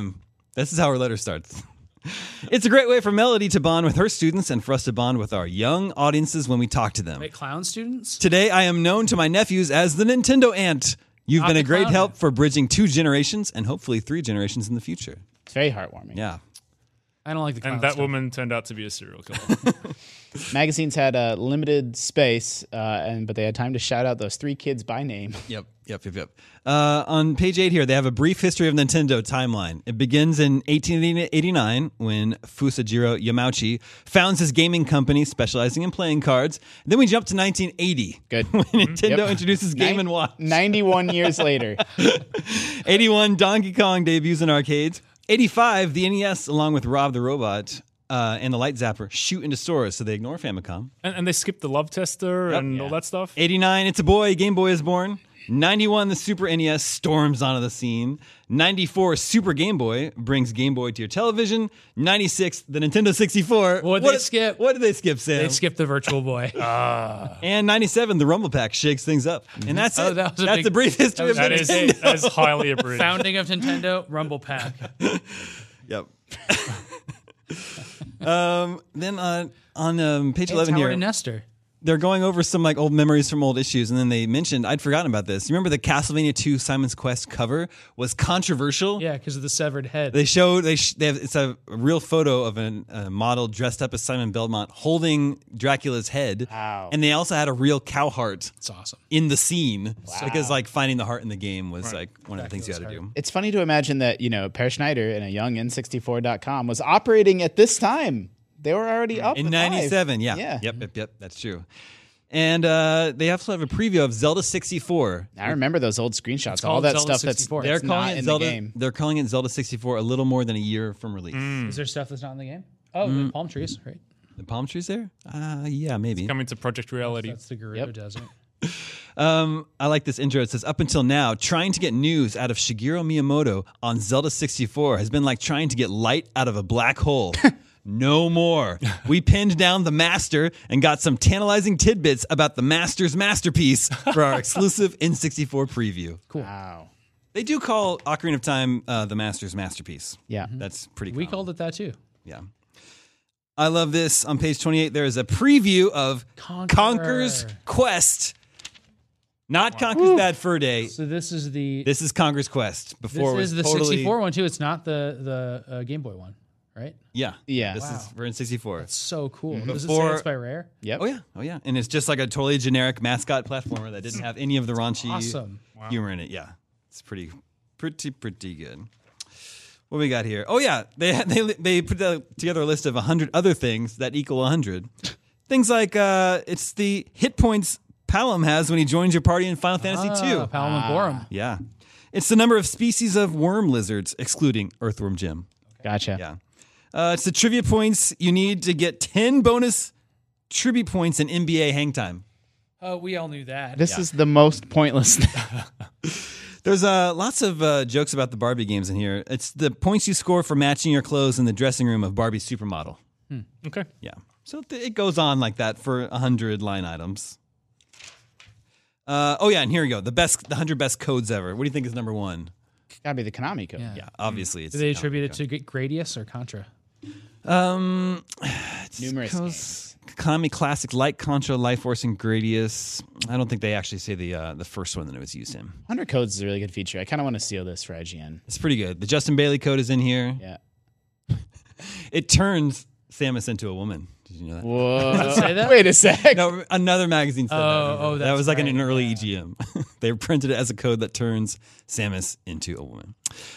This is how her letter starts. It's a great way for Melody to bond with her students and for us to bond with our young audiences when we talk to them. Wait, clown students? Today, I am known to my nephews as the Nintendo Ant. You've been the a great clown help for bridging two generations and hopefully three generations in the future. It's very heartwarming. Yeah. I don't like the clown And that stuff. woman turned out to be a serial killer. Magazines had uh, limited space, uh, and but they had time to shout out those three kids by name. Yep, yep, yep, yep. Uh, on page eight here, they have a brief history of Nintendo timeline. It begins in 1889 when Fusajiro Yamauchi founds his gaming company specializing in playing cards. Then we jump to 1980. Good. When Nintendo Yep. introduces Game and Watch. 91 years later. 81, Donkey Kong debuts in arcades. 85, the NES, along with Rob the Robot uh, and the Light Zapper, shoot into stores, so they ignore Famicom. and, and they skipped the love tester and all that stuff. 89, It's a Boy, Game Boy is born. 91, the Super NES storms onto the scene. 94, Super Game Boy brings Game Boy to your television. 96, the Nintendo 64. What'd they skip? What did they skip, Sam? They skipped the virtual boy. and 97, the Rumble Pack shakes things up. And that's Oh, it. that was a that's big- the brief history of E that is Nintendo. that is highly abridged. Founding of Nintendo, Rumble Pack. Yep. um, then on, on um, page 11 Tower here. and Nestor. they're going over some like old memories from old issues, and then they mentioned I'd forgotten about this. You remember the Castlevania II Simon's Quest cover was controversial. Yeah, because of the severed head. They show they, sh- they have it's a real photo of an, a model dressed up as Simon Belmont holding Dracula's head. Wow. And they also had a real cow heart It's awesome. in the scene because like finding the heart in the game was like one of the things you had to do. It's funny to imagine that, you know, Per Schneider and a young N64.com was operating at this time. They were already up Mm. In at '97, five. yeah. Yeah. Yep, yep, yep. That's true. And uh, they also have a preview of Zelda 64. I remember those old screenshots, all called that Zelda stuff that's, 64. They're that's calling not it in Zelda. the game. They're calling it Zelda 64 a little more than a year from release. Is there stuff that's not in the game? Oh, Mm. the palm trees, right? The palm trees there? Uh, yeah, maybe. Coming to Project Reality. That's the Gerudo Desert. Um, I like this intro. It says, up until now, trying to get news out of Shigeru Miyamoto on Zelda 64 has been like trying to get light out of a black hole. no more. We pinned down the master and got some tantalizing tidbits about the master's masterpiece for our exclusive N64 preview. Cool. Wow. They do call Ocarina of Time uh, the master's masterpiece. Yeah. That's pretty cool. We called it that too. Yeah. I love this. On page 28, there is a preview of Conquer. Conquer's Quest. Not Conquer's Bad Fur Day. So this is the This is Conquer's Quest. Before this it was is the totally, 64 one too. It's not the the uh, Game Boy one. right? Yeah. Yeah. This is we're in 64. So cool. Does it say Mm-hmm. Before- it's by Rare? Yep. Oh yeah, oh yeah, and it's just like a totally generic mascot platformer that didn't have any of the raunchy awesome. humor in it. Yeah, it's pretty, pretty, pretty good. What we got here? Oh yeah, they they they put the- together a list of hundred other things that equal hundred. things like uh, it's the hit points Palom has when he joins your party in Final Fantasy Ah, II. Palom and Borum. yeah, it's the number of species of worm lizards, excluding Earthworm Jim. Gotcha. Yeah. Uh, it's the trivia points you need to get 10 bonus trivia points in NBA hang time. Oh, we all knew that. This is the most pointless. There's uh, lots of uh, jokes about the Barbie games in here. It's the points you score for matching your clothes in the dressing room of Barbie Supermodel. Okay. Yeah. So th- it goes on like that for 100 line items. Uh, oh, yeah. And here we go. The best, the 100 best codes ever. What do you think is number one? Gotta be the Konami code. Yeah, obviously. It's Do they attribute it to G- Gradius or Contra? Um, Numerous Cos- Konami classics like Contra, Life Force, and Gradius. I don't think they actually say the uh, the first one that it was used in. 100 codes is a really good feature. I kind of want to steal this for IGN. It's pretty good. The Justin Bailey code is in here. Yeah. It turns Samus into a woman. Did you know that? Whoa. say that? Wait a sec. No, another magazine said that. Oh, oh, that that's was like in an right, early EGM. they printed it as a code that turns Samus into a woman.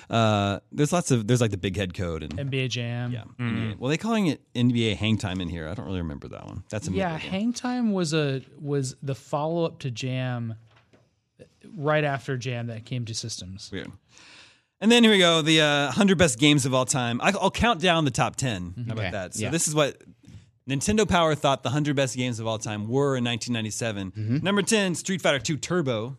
Uh, there's lots of there's like the big head code and, NBA Jam. yeah. Mm. NBA. Well, they calling it NBA Hang Time in here. I don't really remember that one. That's a Yeah, memory game. Hang Time was a was the follow up to Jam, right after Jam that came to systems. Weird. And then here we go, the uh, 100 best games of all time. I- I'll count down the top 10. How about Okay. that? So Yeah. this is what Nintendo Power thought the 100 best games of all time were in 1997. Number 10, Street Fighter 2 Turbo.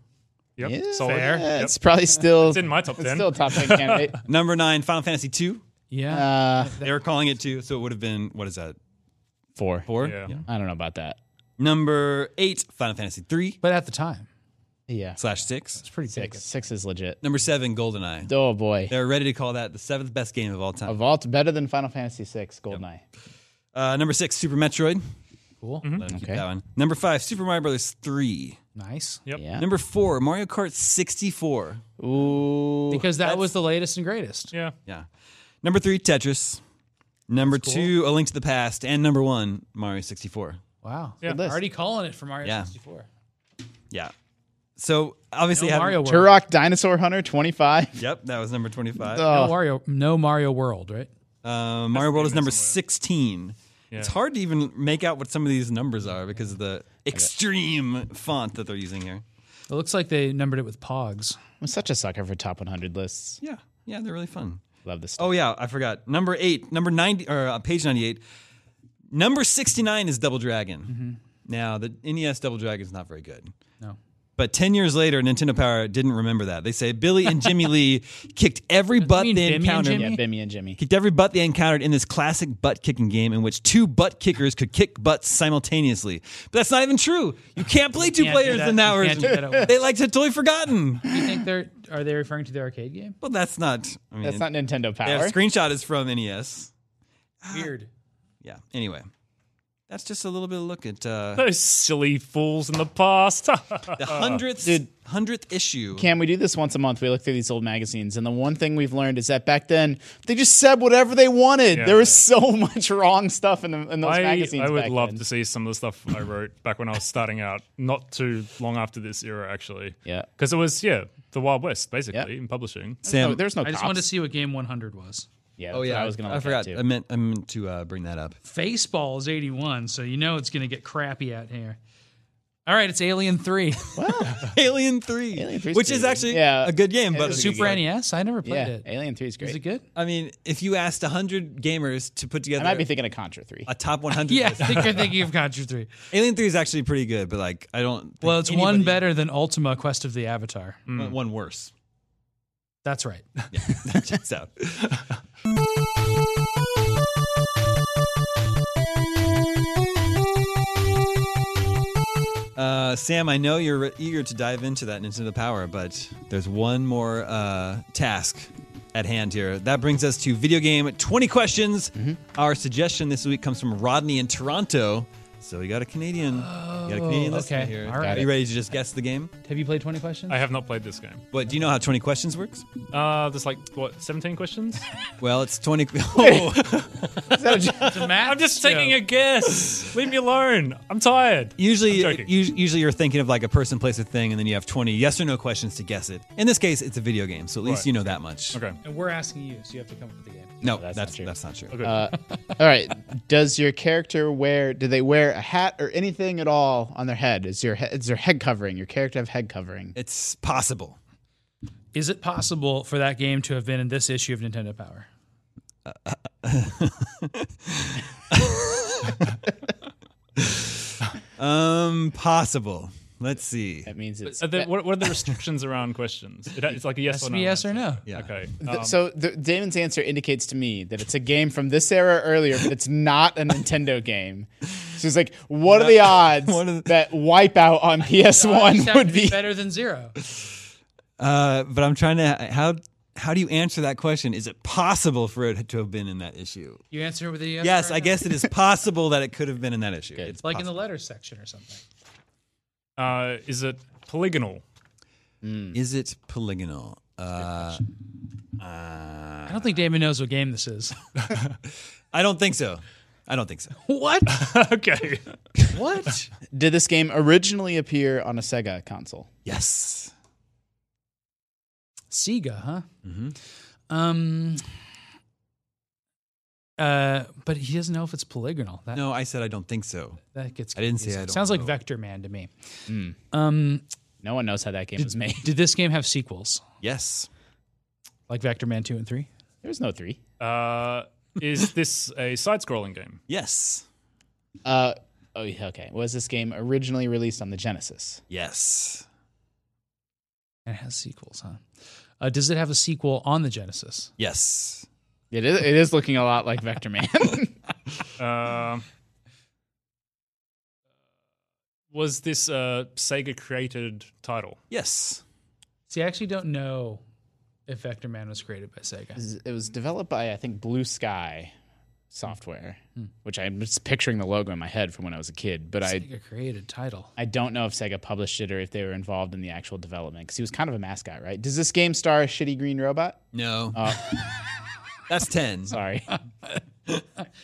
Yep. Yeah, Solid. fair. Yep. It's probably still It's in my top it's 10. Still a top ten candidate. Number 9, Final Fantasy 2. Yeah, Uh, They were calling it 2, so it would have been, what is that, four. 4? Yeah. I don't know about that. Number 8, Final Fantasy 3 but at the time, Yeah. slash 6. it's pretty big. Six. Six is legit. Number 7, GoldenEye. Oh boy. They're ready to call that the seventh best game of all A time. vault better than Final Fantasy VI, Goldeneye. Uh, number 6, Super Metroid. Cool, Let them keep Okay. that one. Number 5, Super Mario Brothers 3. nice. Yep. Yeah. Number four, Mario Kart 64. Ooh. Because that was the latest and greatest. Yeah. Yeah. Number three, Tetris. Number two, A Link to the Past. And number one, Mario 64. Wow, Yeah. list. already calling it for Mario Yeah. 64. Yeah. So obviously, No having- Mario World. Turok Dinosaur Hunter 25. Yep, that was number 25. No Oh. Mario, no Mario World, right? Uh, Mario World is number somewhere. 16. It's hard to even make out what some of these numbers are because of the extreme font that they're using here. It looks like they numbered it with Pogs. I'm such a sucker for top 100 lists. Yeah. Yeah, they're really fun. Love this stuff. Oh, yeah, I forgot. Number eight, number 90, or uh, page 98. Number 69 is Double Dragon. Now, the NES Double Dragon is not very good. Mm-hmm. No. But 10 years later, Nintendo Power didn't remember that. They say Billy and Jimmy Lee kicked every butt mean Bimmy they and encountered. Jimmy? Yeah, Bimmy and Jimmy. Kicked every butt they encountered in this classic butt kicking game in which two butt kickers could kick butts simultaneously. But that's not even true. You can't play two can't do players that. in that You version. can't do that at once. They like to totally forgotten. Do you think they're are they referring to the arcade game? Well, that's not. I mean, That's not Nintendo their Power. screenshot is from E NES. Weird. Yeah. Anyway, that's just a little bit of a look at uh, Those silly fools in the past. the uh, hundredth Dude. hundredth issue. Cam, we do this once a month. We look through these old magazines, and the one thing we've learned is that back then they just said whatever they wanted. Yeah. there was so much wrong stuff in, the, in those I, magazines. I would back love then. to see some of the stuff I wrote back when I was starting out, not too long after this era, actually. Yeah. Because it was, yeah, the Wild West, basically, Yeah. in publishing. Sam, Oh, there's no. I just cops. wanted to see what game 100 was. oh Yeah. that's what yeah, I was gonna. Look I at, forgot. too. I meant I meant to uh, bring that up. Faceball is 81, so you know it's going to get crappy out here. All right, it's Alien 3. Alien Three, Alien 3 's which pretty is good. actually Yeah. a good game, It but is a good Super game. NES? E I never played Yeah, it. Is Alien Three is great. it good? I mean, if you asked hundred gamers to put I together might be thinking of Contra Three. a top one hundred, Yeah, I think you're thinking of Contra 3. Alien Three is actually pretty good, but like I don't. think Well, it's one anybody- better than Ultima Quest of the Avatar. one- one worse. That's right. Yeah, that checks out. Uh, Sam, I know you're eager to dive into that Nintendo Power, but there's one more uh, task at hand here. That brings us Mm-hmm. to video game 20 questions. Our suggestion this week comes from Rodney in Toronto. So we got a Canadian. we got a Canadian Oh, listener okay. here. All right. Are you ready to just guess the game? Have you played 20 questions? I have not played this game. But do you know how 20 questions works? Uh, there's like what 17 questions. Well, it's 20. Oh, I'm just taking a guess. Leave me alone. I'm tired. usually, I'm joking. us- usually you're thinking of like a person, place, a thing, and then you have 20 yes or no questions to guess it. In this case, it's a video game, so at least Right. you know that much. Okay. and we're asking you, so you have to come up with the game. No, that's that's not that's true. not, true. All right. Does your character wear? Do they wear a hat or anything at all on their head? Is your he- is their head covering? Your character have head covering? It's possible. Is it possible for that game to have been in this issue of Nintendo Power? Um, possible. Let's see. That means it's Are there, what, what are the restrictions around questions? It- it's like a yes Has or to no. be yes or no. Yeah. Okay. Th- Um, so the, Damon's answer indicates to me that it's a game from this era or earlier, but it's not a Nintendo game. So it's like, what are the odds What are the- that Wipeout on Just PS1 have to would be be? better than zero. Uh, but I'm trying to how how do you answer that question? Is it possible for it to have been in that issue? You answer with a yes. Yes, or a I no. guess it is possible that it could have been in that issue. It's Like in the possible. letters section or something. uh, is it polygonal? is it polygonal? Uh, I don't think Damon knows what game this is. I don't think so. I don't think so. what? okay. What? Did this game originally appear on a Sega console? Yes. Sega, huh? Mm-hmm. Um. Uh, but he doesn't know if it's polygonal. That No, I said I don't think so. that gets. I didn't say I confusing. don't Sounds know. Hmm. like Vector Man to me. Um, No one knows how that game was made. did this game have sequels Yes. like Vector Man two and three? There's no three. Uh, is this a side-scrolling game? Yes. Uh, oh, yeah, okay. Was this game originally released on the Genesis? Yes. And it has sequels, huh? Uh, does it have a sequel on the Genesis? Yes. It is, it is looking a lot like Vector Man. Um, was this a Sega-created title? Yes. See, I actually don't know if Vector Man was created by Sega. It was developed by I think Blue Sky Software, which I'm just picturing the logo in my head from when I was a kid. But I Sega created title. I don't know if Sega published it or if they were involved in the actual development because he was kind of a mascot, right? Does this game star a shitty green robot? No. That's ten. Sorry,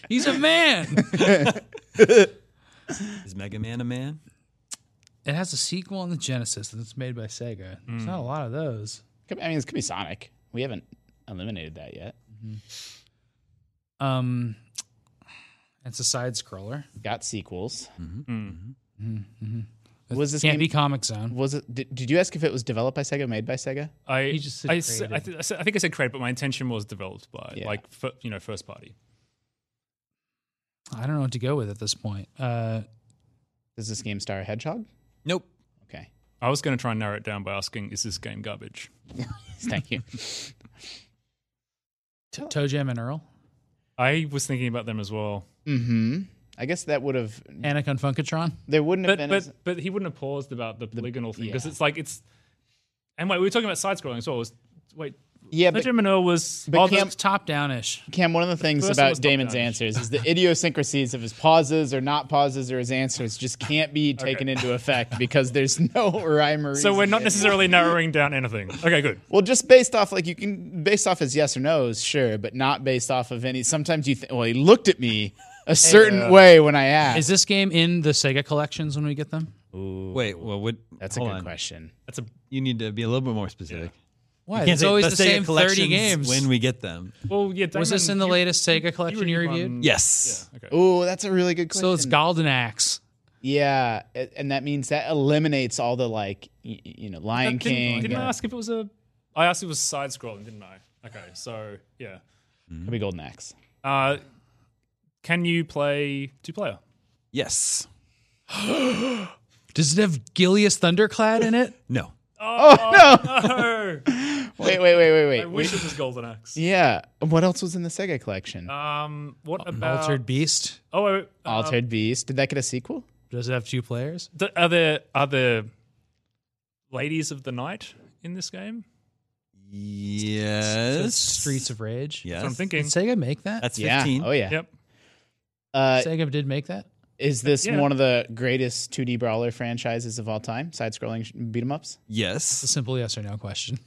He's a man. Is Mega Man a man? it has a sequel on the Genesis and it's made by Sega. Hmm. There's not a lot of those. Could- I mean this could be Sonic. We haven't eliminated that yet. Um, it's a side scroller. Got sequels. Mm-hmm. Was this Mm-hmm. Can't game? be Comic Zone. was it? Did, did you ask if it was developed by Sega, made by Sega? I He just said I, s- I created. th- I said- I think I said created, but my intention was developed by Yeah. like fir- you know first party. I don't know what to go with at this point. Uh, Does this game star a hedgehog? Nope. Okay, I was going to try and narrow it down by asking, "Is this game garbage?" thank you. T- Toe Jam and Earl, I was thinking about them as well, mm-hmm. I guess that would have. Anakin Funkatron. There wouldn't have but been. but as- but he wouldn't have paused about the polygonal thing because yeah. it's like it's. And wait, we were talking about side-scrolling as well. It Was, wait, yeah, but Benjamin Manure was But oh, Cam- the- Top down ish. Cam, one of the things first one about was Damon's top-down. answers is the idiosyncrasies of his pauses or not pauses or his answers just can't be taken into effect because there's no rhyme or so we're reason. not necessarily narrowing down anything. Okay, good. well, just based off like you can based off his yes or no's, sure, but not based off of any. Sometimes you think, well, he looked at me a certain uh, way when I asked. Is this game in the Sega collections when we get them? Wait. Well, what? That's hold a good on. question. That's a You need to be a little bit more specific. Why? Can't It's say always the the Sega same thirty collections games. when we get them. well, yeah. Was this Damon, in the you- latest Sega collection you reviewed? on- Yes. Okay. Oh, that's a really good question. So it's Golden Axe. yeah, a- and that means that eliminates all the like y- y- you know Lion Didn't, King. didn't I yeah. ask if it was a? I asked if it was side scrolling, didn't I? Okay, so yeah. Could be Golden Axe. Uh, can you play two player? Yes. Does it have Gilius Thunderclad in it? No. No, Wait, wait, wait, wait, I wait. wish it was Golden Axe. Yeah. What else was in the Sega collection? Um, what An about Altered Beast. Oh, wait, wait, uh, Altered Beast. Did that get a sequel? Does it have two players? th- are there are there ladies of the night in this game? Yes. Does Streets of Rage. Yes. That's what I'm Did thinking. Sega make that? That's Oh, Yeah. fifteen. Oh yeah. Yep. Uh, Sega did make that. Is this Yeah. one of the greatest 2D brawler franchises of all time? Side-scrolling sh- beat 'em ups. Yes. Simple yes or no question.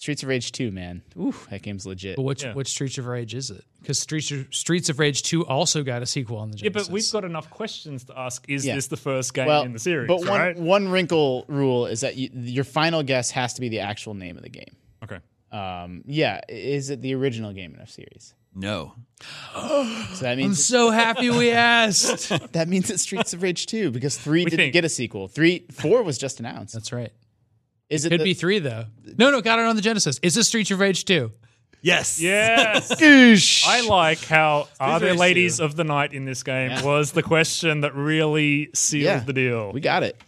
Streets of Rage 2, man. Ooh, that game's legit. But which Yeah. which Streets of Rage is it? Because Streets of, Streets of Rage Two also got a sequel on the Yeah, Genesis. but we've got enough questions to ask. Is Yeah. this the first game Well, in the series? but one right? one wrinkle rule is that you, your final guess has to be the actual name of the game. okay. Um, yeah, i- is it the original Game Enough series? No. So that I'm means so happy we asked. that means it's Streets of Rage 2 because 3 didn't think. get a sequel. 3 4 was just announced. That's right. is it Could the- be three though. No, no, got it on the Genesis. Is this Streets of Rage Two? Yes. Yes. I like how are there very ladies true. of the night in this game was the question that really sealed Yeah. the deal. We got it.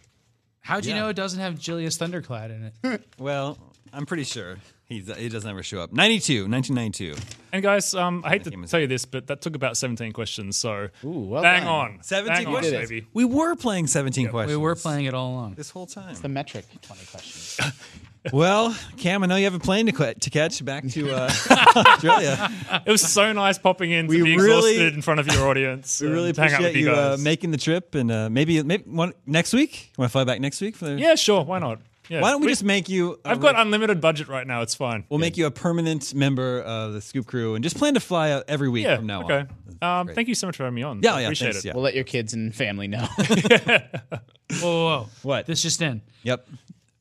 How'd you know it doesn't have Julius Thunderclad in it? Well, I'm pretty sure he's, he doesn't ever show up. 92, 1992. and guys, um, I hate to game is- tell you this, but that took about 17 questions. So well bang done. on. 17 Bang on, questions. baby. We were playing 17 we questions. were playing it all along. this whole time. The metric 20 questions. well, Cam, I know you have a plane to, qu- to catch back to uh, Australia. It was so nice popping in to We be really- exhausted in front of your audience. We really and to hang out appreciate with you, you uh, guys. making the trip, and uh, maybe maybe one, next week. Want to fly back next week? For the, yeah, sure. Why not? Yeah. Why don't we, just make you? i I've got unlimited budget right now. It's fine. We'll make you a permanent member of the Scoop Crew, and just plan to fly out every week yeah. from now okay. on. Um, thank you so much for having me on. Yeah, I yeah, appreciate thanks, it. yeah. We'll let your kids and family know. Whoa, whoa, whoa. What? This just in. Yep.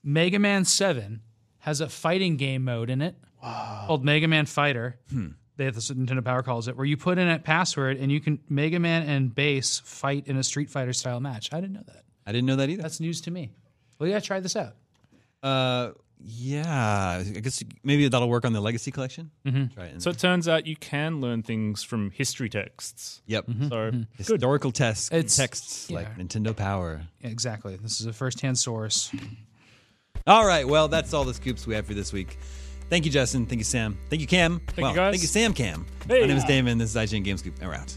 Mega Man 7 has a fighting game mode in it called Mega Man Fighter. Hmm. They have this Nintendo Power calls it, where you put in a password and you can Mega Man and Base fight in a Street Fighter style match. I didn't know that. I didn't know that either. That's news to me. Well, yeah, try this out. Uh, yeah, I guess maybe that'll work on the Legacy Collection. Mm-hmm. Try it. and- So it turns out you can learn things from history texts. yep. So Mm-hmm. Historical tests, It's- texts like Nintendo Power. Exactly. This is a first-hand source. All right. Well, that's all the scoops we have for this week. Thank you, Justin. Thank you, Sam. Thank you, Cam. Thank you, guys. Thank you, Sam Cam. My name is Damon. This is IGN Game Scoop. And we're out.